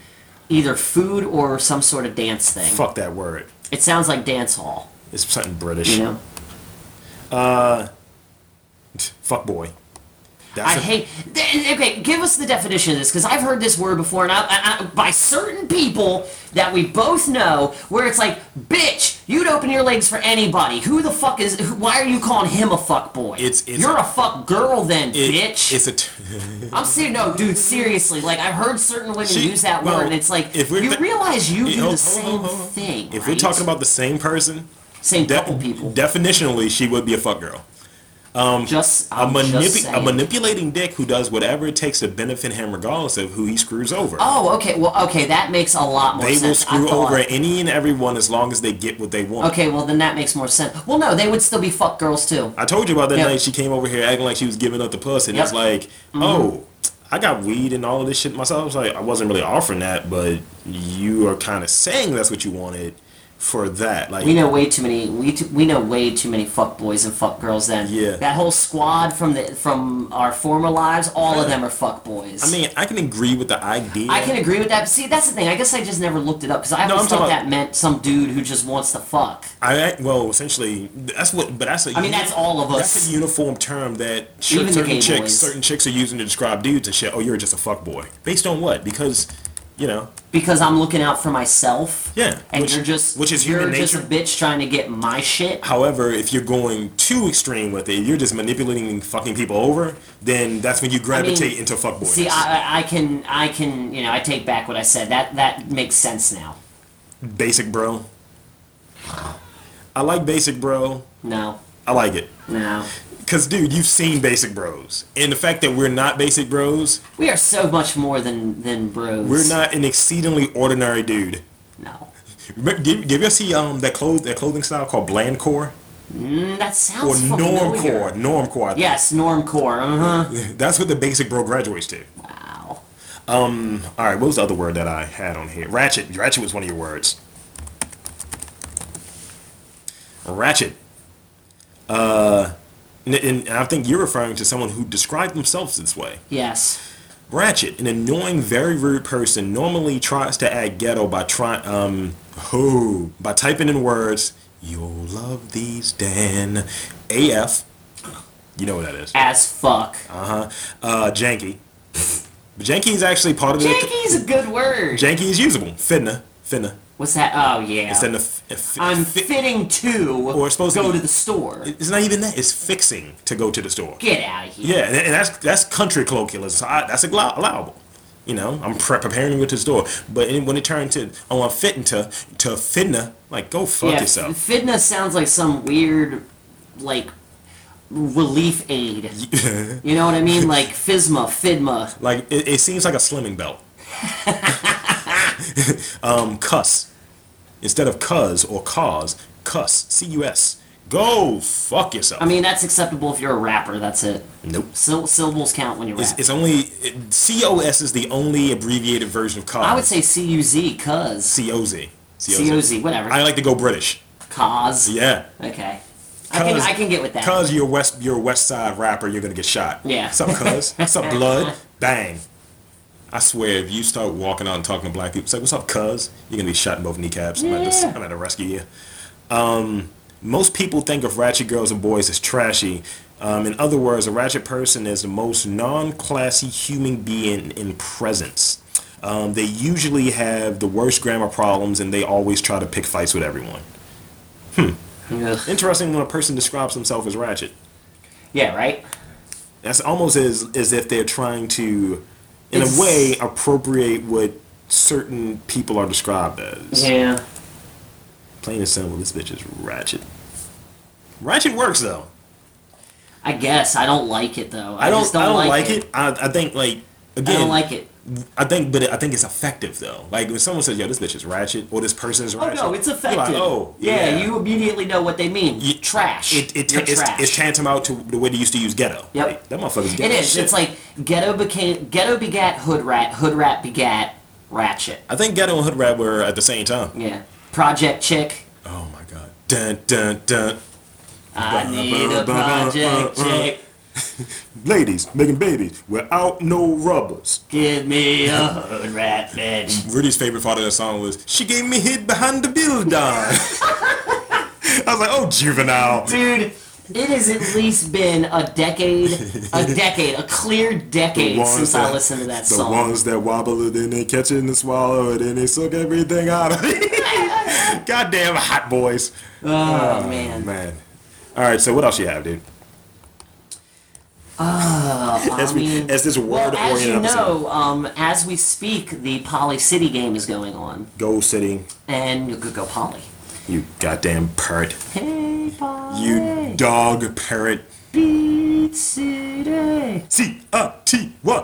S2: either food or some sort of dance thing.
S1: Fuck that word.
S2: It sounds like dance hall,
S1: It's something British.
S2: you know?
S1: Fuck boy.
S2: I
S1: That's a-
S2: hate. th- Okay, give us the definition of this because I've heard this word before, and I, I, I, by certain people that we both know, where it's like, "Bitch, you'd open your legs for anybody. Who the fuck is? Who, why are you calling him a fuck boy?
S1: It's- it's-
S2: you're a, fuck girl then,
S1: it-
S2: bitch.
S1: It's a. T-
S2: I'm serious. No, dude, seriously. Like I've heard certain women
S1: See,
S2: use that
S1: well,
S2: word, and it's like
S1: if we're
S2: you
S1: th-
S2: realize you
S1: Hey,
S2: do
S1: hold-
S2: the
S1: hold-
S2: same
S1: hold- hold.
S2: thing.
S1: If we're
S2: right?
S1: talking about the same person,
S2: same
S1: de-
S2: couple people,
S1: definitionally, she would be a fuck girl.
S2: just
S1: A,
S2: I'm just
S1: manipu- a
S2: saying.
S1: manipulating dick who does whatever it takes to benefit him, regardless of who he screws over.
S2: Oh, okay. Well, okay, that makes a lot more
S1: they
S2: sense.
S1: will
S2: I
S1: screw
S2: thought-
S1: over any and everyone as long as they get what they want.
S2: Okay, well then that makes more sense. Well, no, they would still be fuck girls too.
S1: I told you about that
S2: Yep.
S1: night she came over here acting like she was giving up the puss, and it's
S2: Yep. Mm-hmm.
S1: like, oh, I got weed and all of this shit myself. I was like, I wasn't really offering that, but you are kind of saying that's what you wanted for that. Like,
S2: We know way too many. We too, we know way too many fuck boys and fuck girls. Then
S1: Yeah.
S2: that whole squad from the from our former lives, all of them are fuck boys.
S1: I mean, I can agree with the idea.
S2: I can agree with that. but See, that's the thing. I guess I just never looked it up because I
S1: No,
S2: always
S1: I'm
S2: thought
S1: talking
S2: that
S1: about-
S2: meant some dude who just wants to fuck.
S1: I I- well, essentially, that's what. But that's a.
S2: mean, that's all of us.
S1: That's a uniform term that cer-
S2: Even the
S1: certain
S2: gay
S1: chicks,
S2: boys.
S1: certain chicks are using to describe dudes and shit. Oh, you're just a fuck boy. Based on what? Because, you know,
S2: Because I'm looking out for myself.
S1: Yeah,
S2: And
S1: which-
S2: you're just
S1: which is
S2: you're
S1: human
S2: just a
S1: nature.
S2: bitch trying to get my shit.
S1: However, if you're going too extreme with it, you're just manipulating and fucking people over, then that's when you gravitate into fuckboys.
S2: See, I, I- I can I can you know I take back what I said. That that makes sense now.
S1: basic bro. I like basic bro.
S2: No,
S1: I like it.
S2: no.
S1: Cause dude, you've seen basic bros. And the fact that we're not basic bros,
S2: We are so much more than than bros.
S1: we're not an exceedingly ordinary dude.
S2: No.
S1: Remember, did, did you ever see um that clothes that clothing style called blandcore?
S2: Mm, that
S1: Or
S2: sounds familiar.
S1: normcore. Normcore. I think.
S2: Yes, normcore. Uh huh.
S1: That's what the basic bro graduates to.
S2: Wow.
S1: All right, what was the other word that I had on here? Ratchet. Ratchet was one of your words. Ratchet. Uh, and, and I think you're referring to someone who described themselves this way.
S2: Yes.
S1: Ratchet, an annoying, very rude person, normally tries to act ghetto by trying um who by typing in words. You'll love these, Dan. AF. You know what that is.
S2: As fuck.
S1: Uh-huh. Uh Janky. But Janky is actually part of the.
S2: Janky's a good word.
S1: Janky is usable. Fitna. Fitna.
S2: What's that? Oh yeah.
S1: It's in the. F- f-
S2: I'm
S1: fi-
S2: fitting to
S1: Or it's supposed to
S2: go
S1: be-
S2: to the store.
S1: It's not even that. It's fixing to go to the store.
S2: Get out of here.
S1: Yeah, and, and that's that's country colloquialism. So I, that's allow- allowable. You know, I'm pre- preparing to go to the store. But it- when it turned to, oh, I'm fitting to to fitna, like go fuck
S2: Yeah,
S1: yourself.
S2: Fitna sounds like some weird, like, relief aid. you know what I mean? Like FISMA, FIDMA.
S1: Like it, it seems like a slimming belt. um, cuss instead of cuz or cause, cuss. C U S. Go fuck yourself.
S2: I mean, that's acceptable if you're a rapper. That's it.
S1: nope.
S2: Syl- syllables count when you rap.
S1: It's, it's only it, COS is the only abbreviated version of cause.
S2: I would say C U Z, cuz.
S1: COZ.
S2: COZ, whatever.
S1: I like to go British.
S2: Cause.
S1: Yeah.
S2: Okay. I can,
S1: Cuz-
S2: I can get with that.
S1: Cause you're West you're a West Side rapper, you're gonna get shot.
S2: Yeah.
S1: Sup cuz? Sup blood? Bang. I swear if you start walking out and talking to black people, say, What's up, cuz? You're gonna be shot in both kneecaps. I'm, at the,
S2: Yeah.
S1: I'm at the rescue you. Um, most people think of ratchet girls and boys as trashy. Um, in other words, a ratchet person is the most non-classy human being in presence. Um, they usually have the worst grammar problems, and they always try to pick fights with everyone.
S2: Ugh.
S1: Interesting when a person describes himself as ratchet.
S2: Yeah, right?
S1: That's almost as as if they're trying to, in
S2: It's-
S1: a way, appropriate what certain people are described as.
S2: Yeah.
S1: Plain and simple, this bitch is ratchet. Ratchet works though.
S2: I guess. I don't like it, though. I,
S1: I don't.
S2: just don't,
S1: I don't like,
S2: like
S1: it. I, I think like
S2: I
S1: again.
S2: don't like it.
S1: I think, but I think it's effective though. Like when someone says, "Yo, this bitch is ratchet," or "This person is
S2: Oh
S1: ratchet,"
S2: no, it's
S1: you're like,
S2: effective.
S1: oh,
S2: yeah, you immediately know what they mean.
S1: You-
S2: trash.
S1: It, it,
S2: You're
S1: it's,
S2: trash.
S1: it's tantamount to the way they used to use ghetto.
S2: Yep.
S1: Like, that motherfucker's
S2: It
S1: ghetto.
S2: is.
S1: Shit.
S2: It's like ghetto became ghetto begat hood rat, hood rat begat ratchet.
S1: I think ghetto and hood rap were at the same time.
S2: Yeah. Project chick.
S1: Oh my god. Dun dun dun.
S2: I need a project chick.
S1: Ladies making babies without no rubbers.
S2: Give me a hood rat bitch.
S1: Rudy's favorite part of that song was "She gave me hit behind the building." I was like, "Oh, juvenile."
S2: Dude, it has at least been a decade, a decade, a clear decade since I listened to that
S1: the
S2: song.
S1: ones that wobble it, then they catch it and they swallow it, then they suck everything out of it. Goddamn hot boys.
S2: Oh, man.
S1: Man. All right, so what else you have, dude? as,
S2: I
S1: we,
S2: mean-
S1: as this
S2: Well,
S1: word-oriented
S2: as you
S1: episode.
S2: know, um, as we speak, the Poly City game is going on,
S1: Go City,
S2: and you could go Poly.
S1: you goddamn parrot.
S2: Hey, Poly.
S1: You dog parrot.
S2: Beat City.
S1: C-U-T-Y.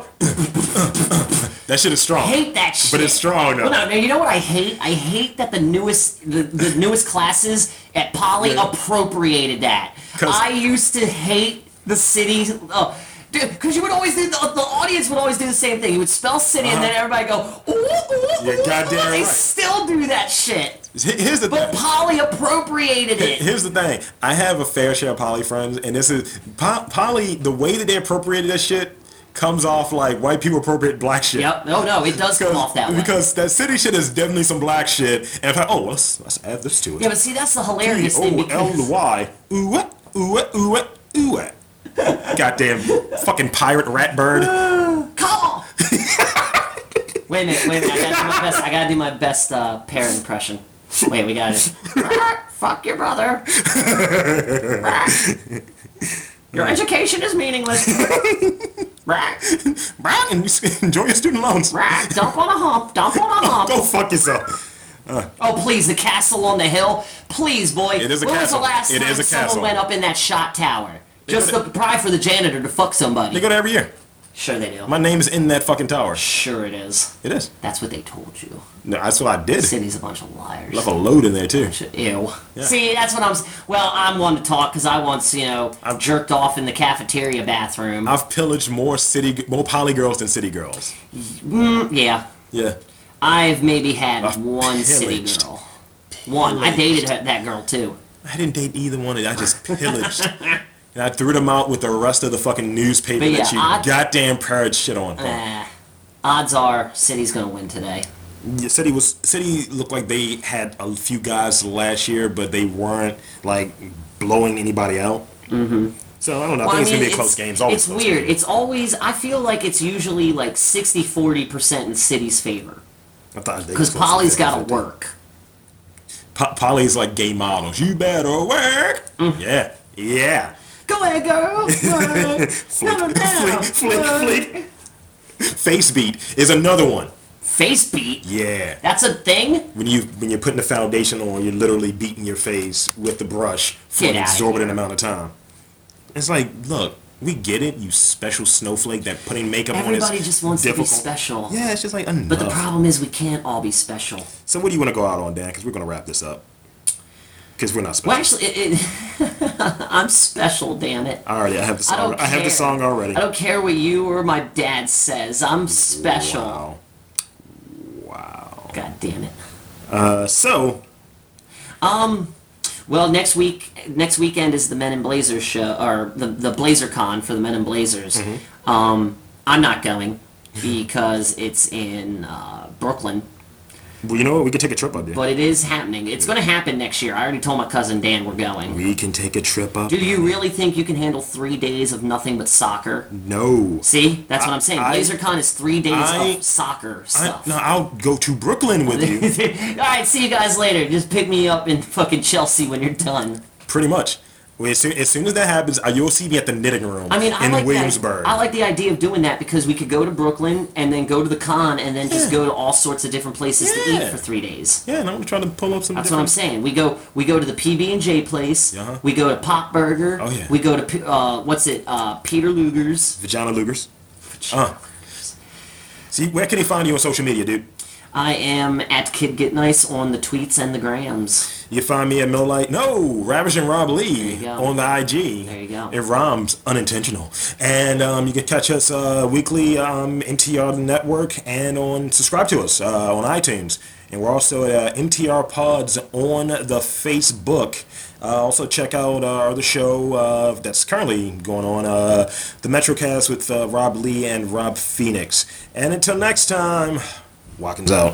S1: that shit is strong.
S2: Hate that shit.
S1: But it's strong, though.
S2: Well, no, no, you know what I hate? I hate that the newest, the, the newest classes at Poly
S1: Yeah.
S2: appropriated that.
S1: 'Cause-
S2: I used to hate the city. Oh, because you would always do the, the audience would always do the same thing. You would spell city, and then
S1: Uh-huh.
S2: everybody go. Ooh, ooh,
S1: You're
S2: ooh, ooh,"
S1: goddamn
S2: They
S1: right.
S2: still do that shit.
S1: Here- Here's the
S2: But
S1: thing.
S2: Polly appropriated it.
S1: Here's the thing. I have a fair share of poly friends, and this is po- poly. The way that they appropriated that shit comes off like white people appropriate black shit.
S2: Yep. No, no, it does come off that way.
S1: because that city shit is definitely some black shit. And if I, oh, let's, let's add this to it. E,
S2: yeah, but see, that's the hilarious thing because
S1: P-O-L-Y. Ooh, what? ooh, what? ooh, what? ooh, what? Goddamn fucking pirate rat bird.
S2: call. wait a minute. Wait a minute. I gotta do my best. I gotta do my best uh, parent impression. Wait, we got it. Fuck your brother. your education is meaningless.
S1: Right, and you s- enjoy your student loans.
S2: Dump on a hump. Dump on a hump.
S1: Go fuck yourself.
S2: Oh please, the castle on the hill. Please, boy.
S1: It is a
S2: when
S1: castle.
S2: was the last
S1: It
S2: time
S1: is a
S2: someone
S1: castle.
S2: went up in that shot tower? Just
S1: go
S2: the pride for the janitor to fuck somebody.
S1: They go there every year.
S2: sure they do.
S1: My name is in that fucking tower.
S2: sure it is.
S1: It is.
S2: That's what they told you.
S1: No, that's what I did.
S2: City's a bunch of liars.
S1: Left a load in there
S2: Oh,
S1: too.
S2: Ew. See, that's what I'm. s- Well, I'm one to talk because I once, you know,
S1: I'm-
S2: jerked off in the cafeteria bathroom.
S1: I've pillaged more city, more poly girls than city girls.
S2: yeah,
S1: Yeah.
S2: I've maybe had
S1: I've
S2: one city
S1: pillaged.
S2: girl. One. I dated her, that girl too.
S1: I didn't date either one of them. I just pillaged. and I threw them out with the rest of the fucking newspaper
S2: But
S1: that
S2: yeah,
S1: you
S2: I-
S1: goddamn parrot shit on.
S2: Eh, odds are, city's gonna win today.
S1: Yeah, City was City looked like they had a few guys last year, but they weren't like blowing anybody out. Mm-hmm. So I don't know. I
S2: Well,
S1: think it's
S2: mean,
S1: gonna be a close game. It's always
S2: it's
S1: a close
S2: weird.
S1: game.
S2: It's always. I feel like it's usually like 60 40 percent in city's favor
S1: I thought they
S2: because
S1: was close
S2: Polly's got
S1: game.
S2: to work.
S1: Po- Polly's like gay models. You better work.
S2: Mm.
S1: Yeah, yeah.
S2: Go ahead, girl. Work.
S1: Flick,
S2: Never down.
S1: flick,
S2: Work.
S1: flick, flick. Face beat is another one.
S2: Face beat.
S1: Yeah.
S2: That's a thing.
S1: When you when you're putting the foundation on, you're literally beating your face with the brush for
S2: Get
S1: an
S2: outta
S1: exorbitant amount of time. It's like, look, we get it, you special snowflake that putting makeup on
S2: Everybody
S1: is
S2: just wants
S1: difficult.
S2: to be special.
S1: Yeah, it's just like enough.
S2: But the problem is we can't all be special.
S1: so what do you want to go out on, Dan? Because we're gonna wrap this up. Because we're not special.
S2: Well, actually, it, it, I'm special. Damn it.
S1: Alrighty, I have the
S2: I
S1: song.
S2: don't.
S1: have the
S2: care.
S1: song already.
S2: I don't care what you or my dad says. I'm special.
S1: Wow. Wow.
S2: God damn it.
S1: Uh, so
S2: Well, next week, next weekend is the Men in Blazers show, or the the Blazer Con for the Men in Blazers.
S1: Mm-hmm.
S2: Um, I'm not going because it's in uh, Brooklyn.
S1: Well, you know what? We could take a trip up there.
S2: But it is happening. It's going to happen next year. I already told my cousin Dan we're going.
S1: Mm. we can take a trip up.
S2: Do you really think you can handle three days of nothing but soccer?
S1: No.
S2: See, that's what
S1: I-
S2: I'm saying.
S1: I-
S2: BlazerCon is three days
S1: I-
S2: of soccer
S1: I,
S2: stuff.
S1: no, I'll go to Brooklyn with you.
S2: All right, see you guys later. Just pick me up in fucking Chelsea when you're done.
S1: Pretty much. Well, as, soon, as soon as that happens, uh, you'll see me at the knitting room
S2: I mean, I
S1: in
S2: like
S1: Williamsburg.
S2: The, I like the idea of doing that because we could go to Brooklyn and then go to the con and then just
S1: Yeah.
S2: go to all sorts of different places to
S1: Yeah.
S2: eat for three days.
S1: yeah, and I'm trying to pull up some.
S2: That's what I'm
S1: different-
S2: saying. We go we go to the PB and J place.
S1: Uh-huh.
S2: We go to Pop Burger.
S1: Oh, yeah.
S2: We go to P- uh, what's it? Uh, Peter Luger's.
S1: Vagina Lugers. Uh. See, where can they find you on social media, dude?
S2: I am at Kid Get Nice on the tweets and the grams.
S1: You find me at Mill Light. No, Ravishing Rob
S2: you
S1: Lee
S2: go.
S1: on the IG.
S2: There you go.
S1: It rhymes, unintentional. And um, you can catch us uh, weekly um, MTR Network and on subscribe to us uh, on iTunes. And we're also at uh, MTR Pods on the Facebook. Uh, also check out our other show uh, that's currently going on, uh, the MetroCast with uh, Rob Lee and Rob Phoenix. And until next time, Watkins out.